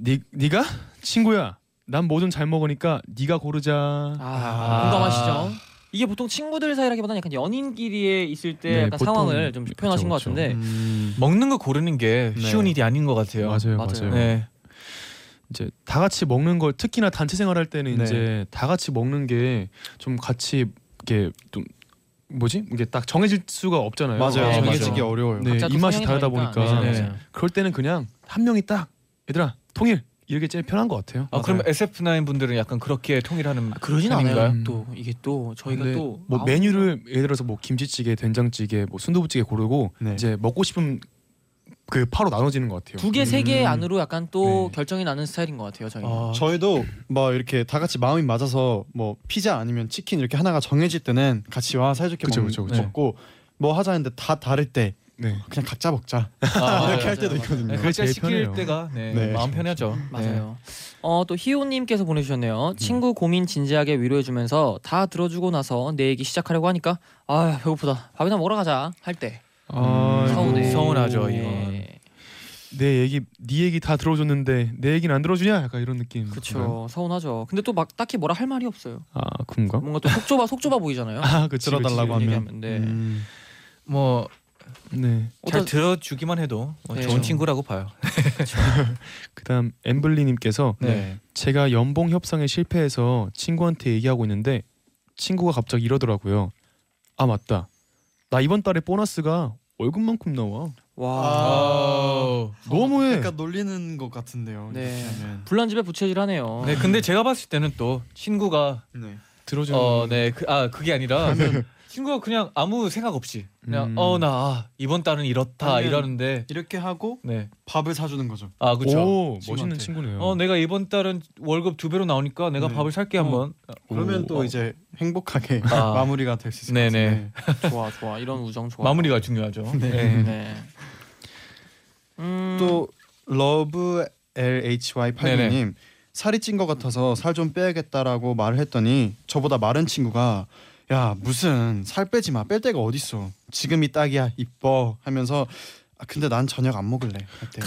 S5: 니 니가 친구야. 난 뭐 좀 잘 먹으니까 니가 고르자.
S6: 아, 공감하시죠? 이게 보통 친구들 사이라기보다는 약간 연인끼리에 있을 때
S5: 네,
S6: 약간
S5: 보통-
S6: 상황을 좀
S5: 그쵸,
S6: 표현하신 것
S5: 그쵸.
S6: 같은데
S2: 음.
S3: 먹는 거 고르는 게
S2: 네.
S3: 쉬운 일이 아닌 것 같아요.
S5: 맞아요, 맞아요.
S6: 맞아요.
S3: 네.
S5: 이제 다 같이 먹는 걸 특히나 단체 생활할 때는
S2: 네.
S5: 이제 다 같이 먹는 게 좀 같이 이렇게 좀 뭐지 이게 딱 정해질 수가 없잖아요.
S2: 맞아요.
S6: 네,
S2: 정해지기
S6: 맞아요.
S2: 어려워요.
S5: 네,
S6: 각자 또
S5: 입맛이
S6: 성향이
S5: 다르다
S6: 다르니까.
S5: 보니까
S3: 네,
S6: 맞아요.
S5: 그럴 때는 그냥 한 명이 딱 얘들아 통일 이렇게 제일 편한 것 같아요.
S3: 아, 그럼 SF9 분들은 약간 그렇게 통일하는
S6: 아, 그러진
S3: 편인가요?
S6: 않아요. 또 이게 또 저희가
S5: 근데
S6: 또
S5: 뭐
S6: 마음-
S5: 메뉴를 예를 들어서 뭐 김치찌개, 된장찌개, 뭐 순두부찌개 고르고
S2: 네.
S5: 이제 먹고 싶은 그 파로 나눠지는 것 같아요.
S6: 두 개, 세 개
S2: 음.
S6: 안으로 약간 또
S5: 네.
S6: 결정이 나는 스타일인 것 같아요, 저희. 는
S3: 아,
S2: 저희도 뭐 이렇게 다 같이 마음이 맞아서 뭐 피자 아니면 치킨 이렇게 하나가 정해질 때는 같이 와 사이좋게
S5: 그쵸,
S2: 먹,
S5: 그쵸, 그쵸.
S2: 고뭐 하자 했는데 다 다를 때
S5: 네.
S2: 그냥 각자 먹자
S3: 아,
S2: 이렇게 할
S6: 맞아요,
S2: 때도
S6: 맞아요.
S2: 있거든요.
S3: 네,
S5: 그게
S3: 글자
S5: 제일
S3: 시킬
S5: 편해요.
S3: 때가 네,
S2: 네.
S3: 마음 편하죠. 네.
S6: 맞아요. 어 또 희호님께서 보내주셨네요. 친구 고민 진지하게 위로해주면서 다 들어주고 나서 내 얘기 시작하려고 하니까 아 배고프다. 밥이나 먹으러 가자 할 때
S5: 음. 아이고.
S6: 서운해.
S3: 서운하죠,
S6: 예.
S3: 이건.
S5: 내 얘기, 네 얘기 다 들어줬는데 내 얘기는 안 들어주냐? 약간 이런 느낌.
S6: 그쵸 서운하죠. 근데 또 막 딱히 뭐라 할 말이 없어요.
S5: 아 그런가?
S6: 뭔가 또 속 좁아 속 좁아 보이잖아요.
S5: 아 그치,
S2: 그렇죠. 들어달라고
S5: 그치.
S2: 하면.
S6: 얘기하면 네.
S2: 음.
S3: 뭐 잘
S5: 네.
S6: 어떤-
S3: 들어주기만 해도 뭐
S6: 네.
S3: 좋은 친구라고 봐요.
S5: 그다음 엠블리님께서
S2: 네.
S5: 제가 연봉 협상에 실패해서 친구한테 얘기하고 있는데 친구가 갑자기 이러더라고요. 아 맞다. 나 이번 달에 보너스가 월급만큼 나와.
S6: 와
S3: 아.
S5: 너무해.
S2: 그러니까 놀리는 것 같은데요.
S6: 네.
S2: 이렇게 하면.
S6: 불난 집에 부채질하네요.
S3: 네, 근데 제가 봤을 때는 또 친구가
S2: 네.
S5: 들어주는.
S3: 어, 네, 그, 아 그게 아니라 친구가 그냥 아무 생각 없이 그냥
S5: 음.
S3: 어 나 이번 달은 이렇다
S2: 아니면-
S3: 이러는데
S2: 이렇게 하고
S3: 네,
S2: 밥을 사주는 거죠.
S3: 아 그렇죠.
S5: 오
S2: 친구한테.
S5: 멋있는 친구네요.
S3: 어 내가 이번 달은 월급 두 배로 나오니까 내가
S2: 네.
S3: 밥을 살게 한번.
S2: 그러면
S3: 오,
S2: 또
S3: 어.
S2: 이제 행복하게
S3: 아.
S2: 마무리가 될 수 있을 것
S3: 네네.
S2: 같아요.
S6: 좋아 좋아 이런 우정 좋아.
S3: 마무리가 중요하죠. 어. 네.
S6: 네. 음,
S2: 또 러브 LHY 8 님. 살이 찐 것 같아서 살 좀 빼야겠다라고 말을 했더니 저보다 마른 친구가 야 무슨 살 빼지 마 뺄 데가 어딨어 지금이 딱이야 이뻐 하면서 아, 근데 난 저녁 안 먹을래 어때?
S5: 이거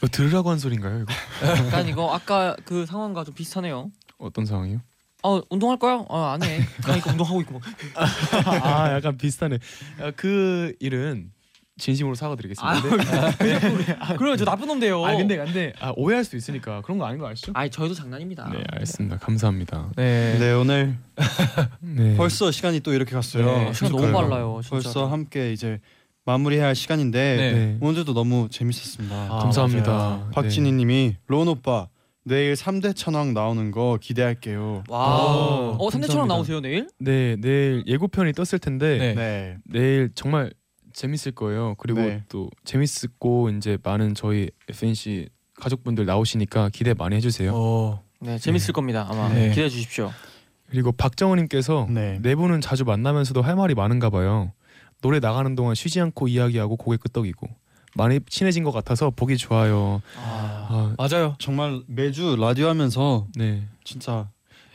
S5: 뭐 들으라고 한 소린가요? 이거
S6: 약간 이거 아까 그 상황과 좀 비슷하네요.
S5: 어떤 상황이요?
S6: 어 운동할 거야? 어안 해. 그러니까 운동하고 있고 막.
S5: 아 약간 비슷하네. 아, 그 일은 진심으로 사과드리겠습니다.
S6: 아,
S5: 근데-
S2: 뭐.
S6: 그럼 저 나쁜 놈 돼요.
S5: 아 근데 근데 아, 오해할 수 있으니까 그런 거 아닌 거 아시죠?
S6: 아니 저희도 장난입니다.
S5: 네 알겠습니다. 감사합니다.
S3: 네.
S2: 네 오늘
S5: 네.
S2: 벌써 시간이 또 이렇게 갔어요.
S3: 네,
S6: 시간 너무
S2: 어떡해요.
S6: 빨라요, 진짜로.
S2: 벌써 함께 이제 마무리해야 할 시간인데
S3: 네.
S5: 네.
S2: 오늘도 너무 재밌었습니다.
S3: 아,
S5: 감사합니다.
S3: 맞아요.
S5: 네.
S2: 박진희님이 론 오빠 내일 3대 천왕 나오는 거 기대할게요.
S6: 와우.
S5: 오,
S6: 어 3대처럼
S5: 감사합니다.
S6: 나오세요 내일?
S5: 네 내일 예고편이 떴을 텐데
S3: 네.
S2: 네.
S5: 내일 정말 재밌을 거예요. 그리고
S2: 네.
S5: 또 재밌고 이제 많은 저희 FNC 가족분들 나오시니까 기대 많이 해주세요.
S3: 오.
S6: 네 재밌을 겁니다 아마
S3: 네.
S6: 기대해 주십시오.
S5: 그리고 박정은님께서
S2: 네.
S5: 내부는 자주 만나면서도 할 말이 많은가 봐요. 노래 나가는 동안 쉬지 않고 이야기하고 고개 끄덕이고 많이 친해진 것 같아서 보기 좋아요. 아,
S3: 맞아요.
S2: 정말 매주 라디오 하면서
S5: 네.
S2: 진짜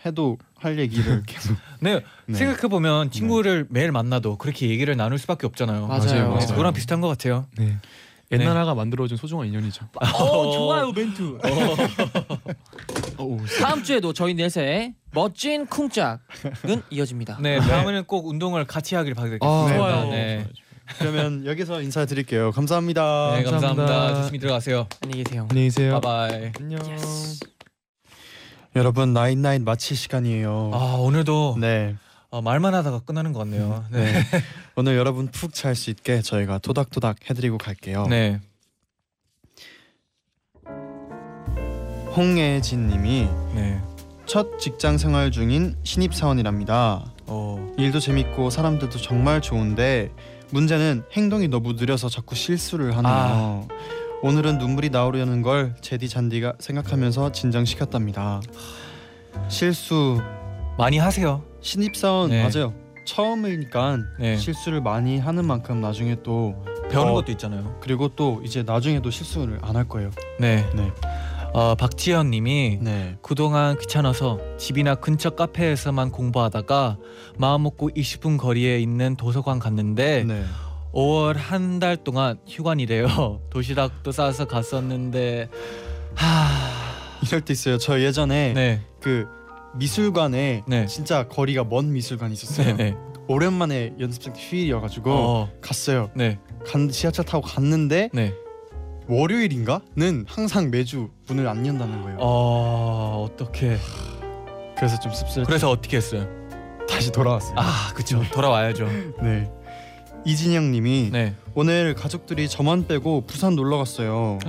S2: 해도 할 얘기를 계속
S3: 네,
S2: 네.
S3: 생각해 보면 친구를 매일 만나도 그렇게 얘기를 나눌 수밖에 없잖아요.
S6: 맞아요.
S3: 네,
S5: 맞아요.
S3: 그거랑 비슷한 것 같아요.
S5: 네. 옛나라가 만들어준 소중한 인연이죠.
S6: 어 좋아요 멘트. 다음 주에도 저희 넷의 멋진 쿵짝은 이어집니다. 아,
S3: 네, 다음에는 꼭 운동을 같이 하길 바라겠습니다.
S5: 아,
S2: 네,
S3: 네.
S5: 좋아요.
S2: 그러면 여기서 인사드릴게요. 감사합니다.
S3: 네, 감사합니다.
S5: 감사합니다. 네.
S3: 조심히 들어가세요.
S6: 안녕히 계세요.
S5: 안녕히 계세요.
S3: 바이바이.
S5: 안녕.
S2: 여러분 나인나인 마칠 시간이에요.
S3: 아 오늘도
S2: 네.
S3: 어, 말만 하다가 끝나는 것 같네요. 네.
S2: 네. 오늘 여러분 푹 잘 수 있게 저희가 토닥토닥 해드리고 갈게요.
S3: 네.
S2: 홍예진님이
S3: 네.
S2: 첫 직장 생활 중인 신입 사원이랍니다.
S3: 어.
S2: 일도 재밌고 사람들도 정말 좋은데 문제는 행동이 너무 느려서 자꾸 실수를
S3: 아.
S2: 하네요. 오늘은 눈물이 나오려는 걸 제디 잔디가 생각하면서 진정시켰답니다. 실수
S3: 많이 하세요.
S2: 신입사원
S3: 네.
S2: 맞아요. 처음이니까
S3: 네.
S2: 실수를 많이 하는 만큼 나중에 또
S3: 배우는
S2: 어.
S3: 것도 있잖아요.
S2: 그리고 또 이제 나중에도 실수를 안 할 거예요.
S3: 네.
S2: 네.
S3: 어, 박지현님이
S2: 네.
S3: 그동안 귀찮아서 집이나 근처 카페에서만 공부하다가 마음 먹고 20분 거리에 있는 도서관 갔는데
S2: 네.
S3: 5월 한 달 동안 휴관이래요. 도시락도 싸서 갔었는데 하.
S2: 이럴 때 있어요. 저 예전에
S3: 네.
S2: 그 미술관에
S3: 네.
S2: 진짜 거리가 먼 미술관이 있었어요.
S3: 네. 네.
S2: 오랜만에 연습생 때 휴일이어가지고
S3: 어.
S2: 갔어요.
S3: 네.
S2: 간 지하철 타고 갔는데
S3: 네.
S2: 월요일인가는 항상 매주 문을 안 연다는 거예요.
S3: 어, 어떻게
S2: 그래서 좀 씁쓸.
S3: 그래서 어떻게 했어요?
S2: 다시 돌아왔어요.
S3: 아, 그쵸. 돌아와야죠.
S2: 네. 이진영님이
S3: 네.
S2: 오늘 가족들이 저만 빼고 부산 놀러 갔어요.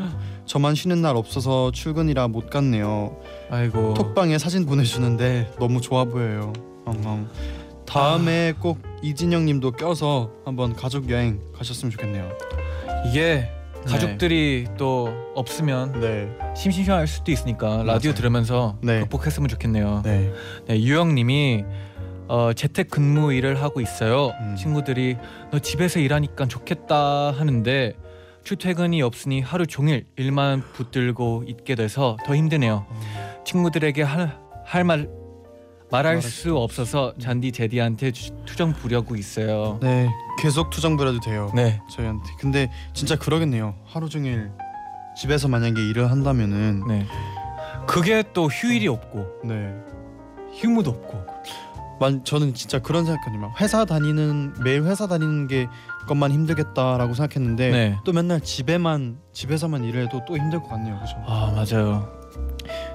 S2: 저만 쉬는 날 없어서 출근이라 못 갔네요.
S3: 아이고.
S2: 톡방에 사진 보내주는데 너무 좋아 보여요. 엉엉. 다음에 꼭 이진영님도 껴서 한번 가족 여행 가셨으면 좋겠네요.
S3: 이게 가족들이 또 없으면
S2: 네.
S3: 심심할 수도 있으니까 라디오
S2: 맞아요.
S3: 들으면서
S2: 네.
S3: 극복했으면 좋겠네요.
S2: 네.
S3: 네, 유영님이 어, 재택 근무 일을 하고 있어요.
S2: 음.
S3: 친구들이 너 집에서 일하니까 좋겠다 하는데 출퇴근이 없으니 하루 종일 일만 붙들고 있게 돼서 더 힘드네요. 친구들에게 할말 음. 말할 수 없어서 잔디 제디한테 주- 투정 부려고 있어요.
S2: 네. 계속 투정 부려도 돼요.
S3: 네,
S2: 저희한테. 근데 진짜 그러겠네요. 하루 종일 집에서 만약에 일을 한다면은
S3: 네. 그게 또 휴일이 없고
S2: 네.
S3: 휴무도 없고.
S2: 만 저는 진짜 그런 생각하니 막 회사 다니는 매일 회사 다니는 게 것만 힘들겠다라고 생각했는데
S3: 네.
S2: 또 맨날 집에만 집에서만 일을 해도 또 힘들 것 같네요. 그죠?
S3: 아 맞아요.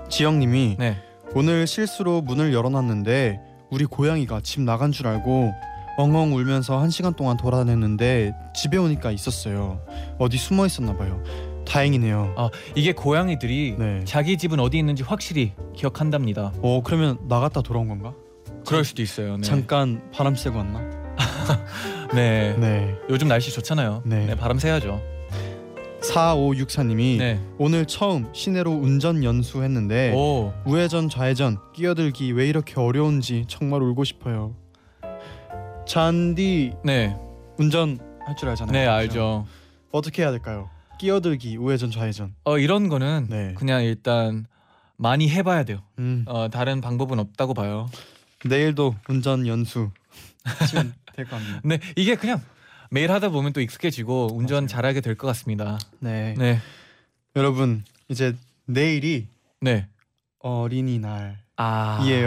S2: 지영 님이
S3: 네.
S2: 오늘 실수로 문을 열어놨는데 우리 고양이가 집 나간 줄 알고 엉엉 울면서 한 시간 동안 돌아다녔는데 집에 오니까 있었어요. 어디 숨어 있었나 봐요. 다행이네요.
S3: 이게 고양이들이
S2: 네.
S3: 자기 집은 어디 있는지 확실히 기억한답니다.
S2: 어 그러면 나갔다 돌아온 건가?
S3: 그럴 수도 있어요. 네.
S2: 잠깐 바람 쐬고 왔나?
S3: 네.
S2: 네.
S3: 요즘 날씨 좋잖아요.
S2: 네.
S3: 네. 바람 쐬야죠.
S2: 4564님이 네.
S3: 네.
S2: 오늘 처음 시내로 운전 연수했는데
S3: 오.
S2: 우회전 좌회전 끼어들기 왜 이렇게 어려운지 정말 울고 싶어요. 잔디
S3: 네.
S2: 운전 할 줄 알잖아요. 그렇죠.
S3: 네,
S2: 그죠?
S3: 알죠.
S2: 어떻게 해야 될까요? 끼어들기 우회전 좌회전.
S3: 어 이런 거는
S2: 네.
S3: 그냥 일단 많이 해 봐야 돼요.
S2: 음.
S3: 어 다른 방법은 없다고 봐요.
S2: 내일도 운전 연수 하시면 될것 같네요.
S3: 근데 이게 그냥 매일 하다 보면 또 익숙해지고 운전 잘하게 될 것 같습니다.
S2: 네.
S3: 네.
S2: 여러분 이제 내일이
S3: 네.
S2: 어린이날이에요.
S3: 아.
S2: 예.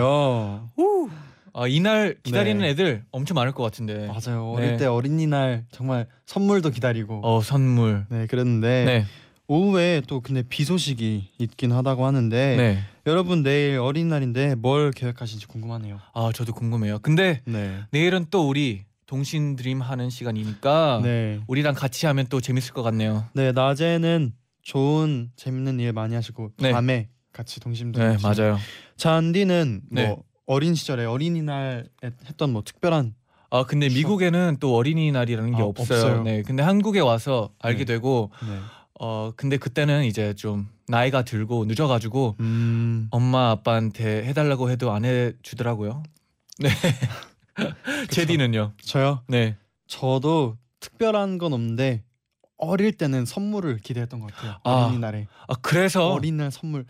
S3: 어, 이날 기다리는
S2: 네.
S3: 애들 엄청 많을 것 같은데.
S2: 맞아요. 어릴
S3: 네.
S2: 때 어린이날 정말 선물도 기다리고
S3: 어, 선물.
S2: 네 그랬는데
S3: 네.
S2: 오후에 또 근데 비 소식이 있긴 하다고 하는데
S3: 네.
S2: 여러분 내일 어린이날인데 뭘 계획하신지 궁금하네요.
S3: 아, 저도 궁금해요. 근데
S2: 네.
S3: 내일은 또 우리 동신 드림 하는 시간이니까
S2: 네.
S3: 우리랑 같이 하면 또 재밌을 것 같네요.
S2: 네 낮에는 좋은 재밌는 일 많이 하시고
S3: 네.
S2: 밤에 같이 동심도
S3: 네,
S2: 하시고.
S3: 맞아요.
S2: 잔디는 뭐
S3: 네.
S2: 어린 시절에 어린이날에 했던 뭐 특별한
S3: 아, 근데
S2: 추억.
S3: 미국에는 또 어린이날이라는 게
S2: 아,
S3: 없어요.
S2: 없어요.
S3: 네. 근데 한국에 와서 알게
S2: 네.
S3: 되고
S2: 네.
S3: 어, 근데 그때는 이제 좀 나이가 들고 늦어 가지고
S2: 음.
S3: 엄마 아빠한테 해 달라고 해도 안해 주더라고요. 네. 제디는요.
S2: 저요.
S3: 네.
S2: 저도 특별한 건 없는데 어릴 때는 선물을 기대했던 것 같아요.
S3: 아.
S2: 어린이날에
S3: 아, 그래서
S2: 어린이날 선물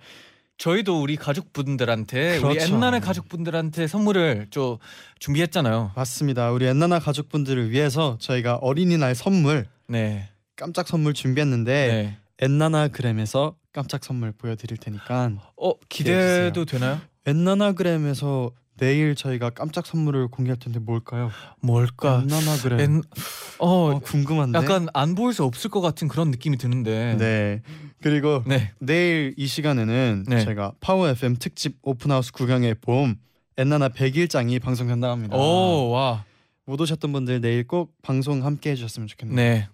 S3: 저희도 우리 가족분들한테 우리
S2: 그렇죠.
S3: 옛날의 가족분들한테 선물을 좀 준비했잖아요.
S2: 맞습니다. 우리 엔나나 가족분들을 위해서 저희가 어린이날 선물
S3: 네.
S2: 깜짝 선물 준비했는데
S3: 네.
S2: 엔나나그램에서 깜짝 선물 보여드릴 테니까
S3: 어, 기대도 되나요?
S2: 엔나나그램에서 내일 저희가 깜짝 선물을 공개할 텐데 뭘까요?
S3: 뭘까?
S2: 나나 그래.
S3: 그러니까 엔, 어,
S2: 어, 궁금한데.
S3: 약간 안 보일 수 없을 것 같은 그런 느낌이 드는데.
S2: 네. 그리고
S3: 네.
S2: 내일 이 시간에는
S3: 네.
S2: 제가 파워 FM 특집 오픈하우스 구경의 봄 엔나나 100일장이 방송된다 합니다.
S3: 오, 와.
S2: 못 오셨던 분들 내일 꼭 방송 함께 해주셨으면 좋겠네요. 네.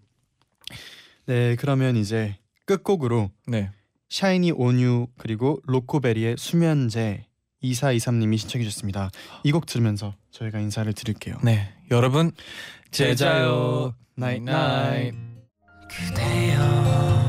S3: 네.
S2: 그러면 이제 끝곡으로
S3: 네.
S2: 샤이니 온유 그리고 로코베리의 수면제 2423님이 신청해 주셨습니다. 이 곡 들으면서 저희가 인사를 드릴게요.
S3: 네. 여러분
S2: 제자요. 나잇나잇.
S3: 나잇나잇.
S4: 그대여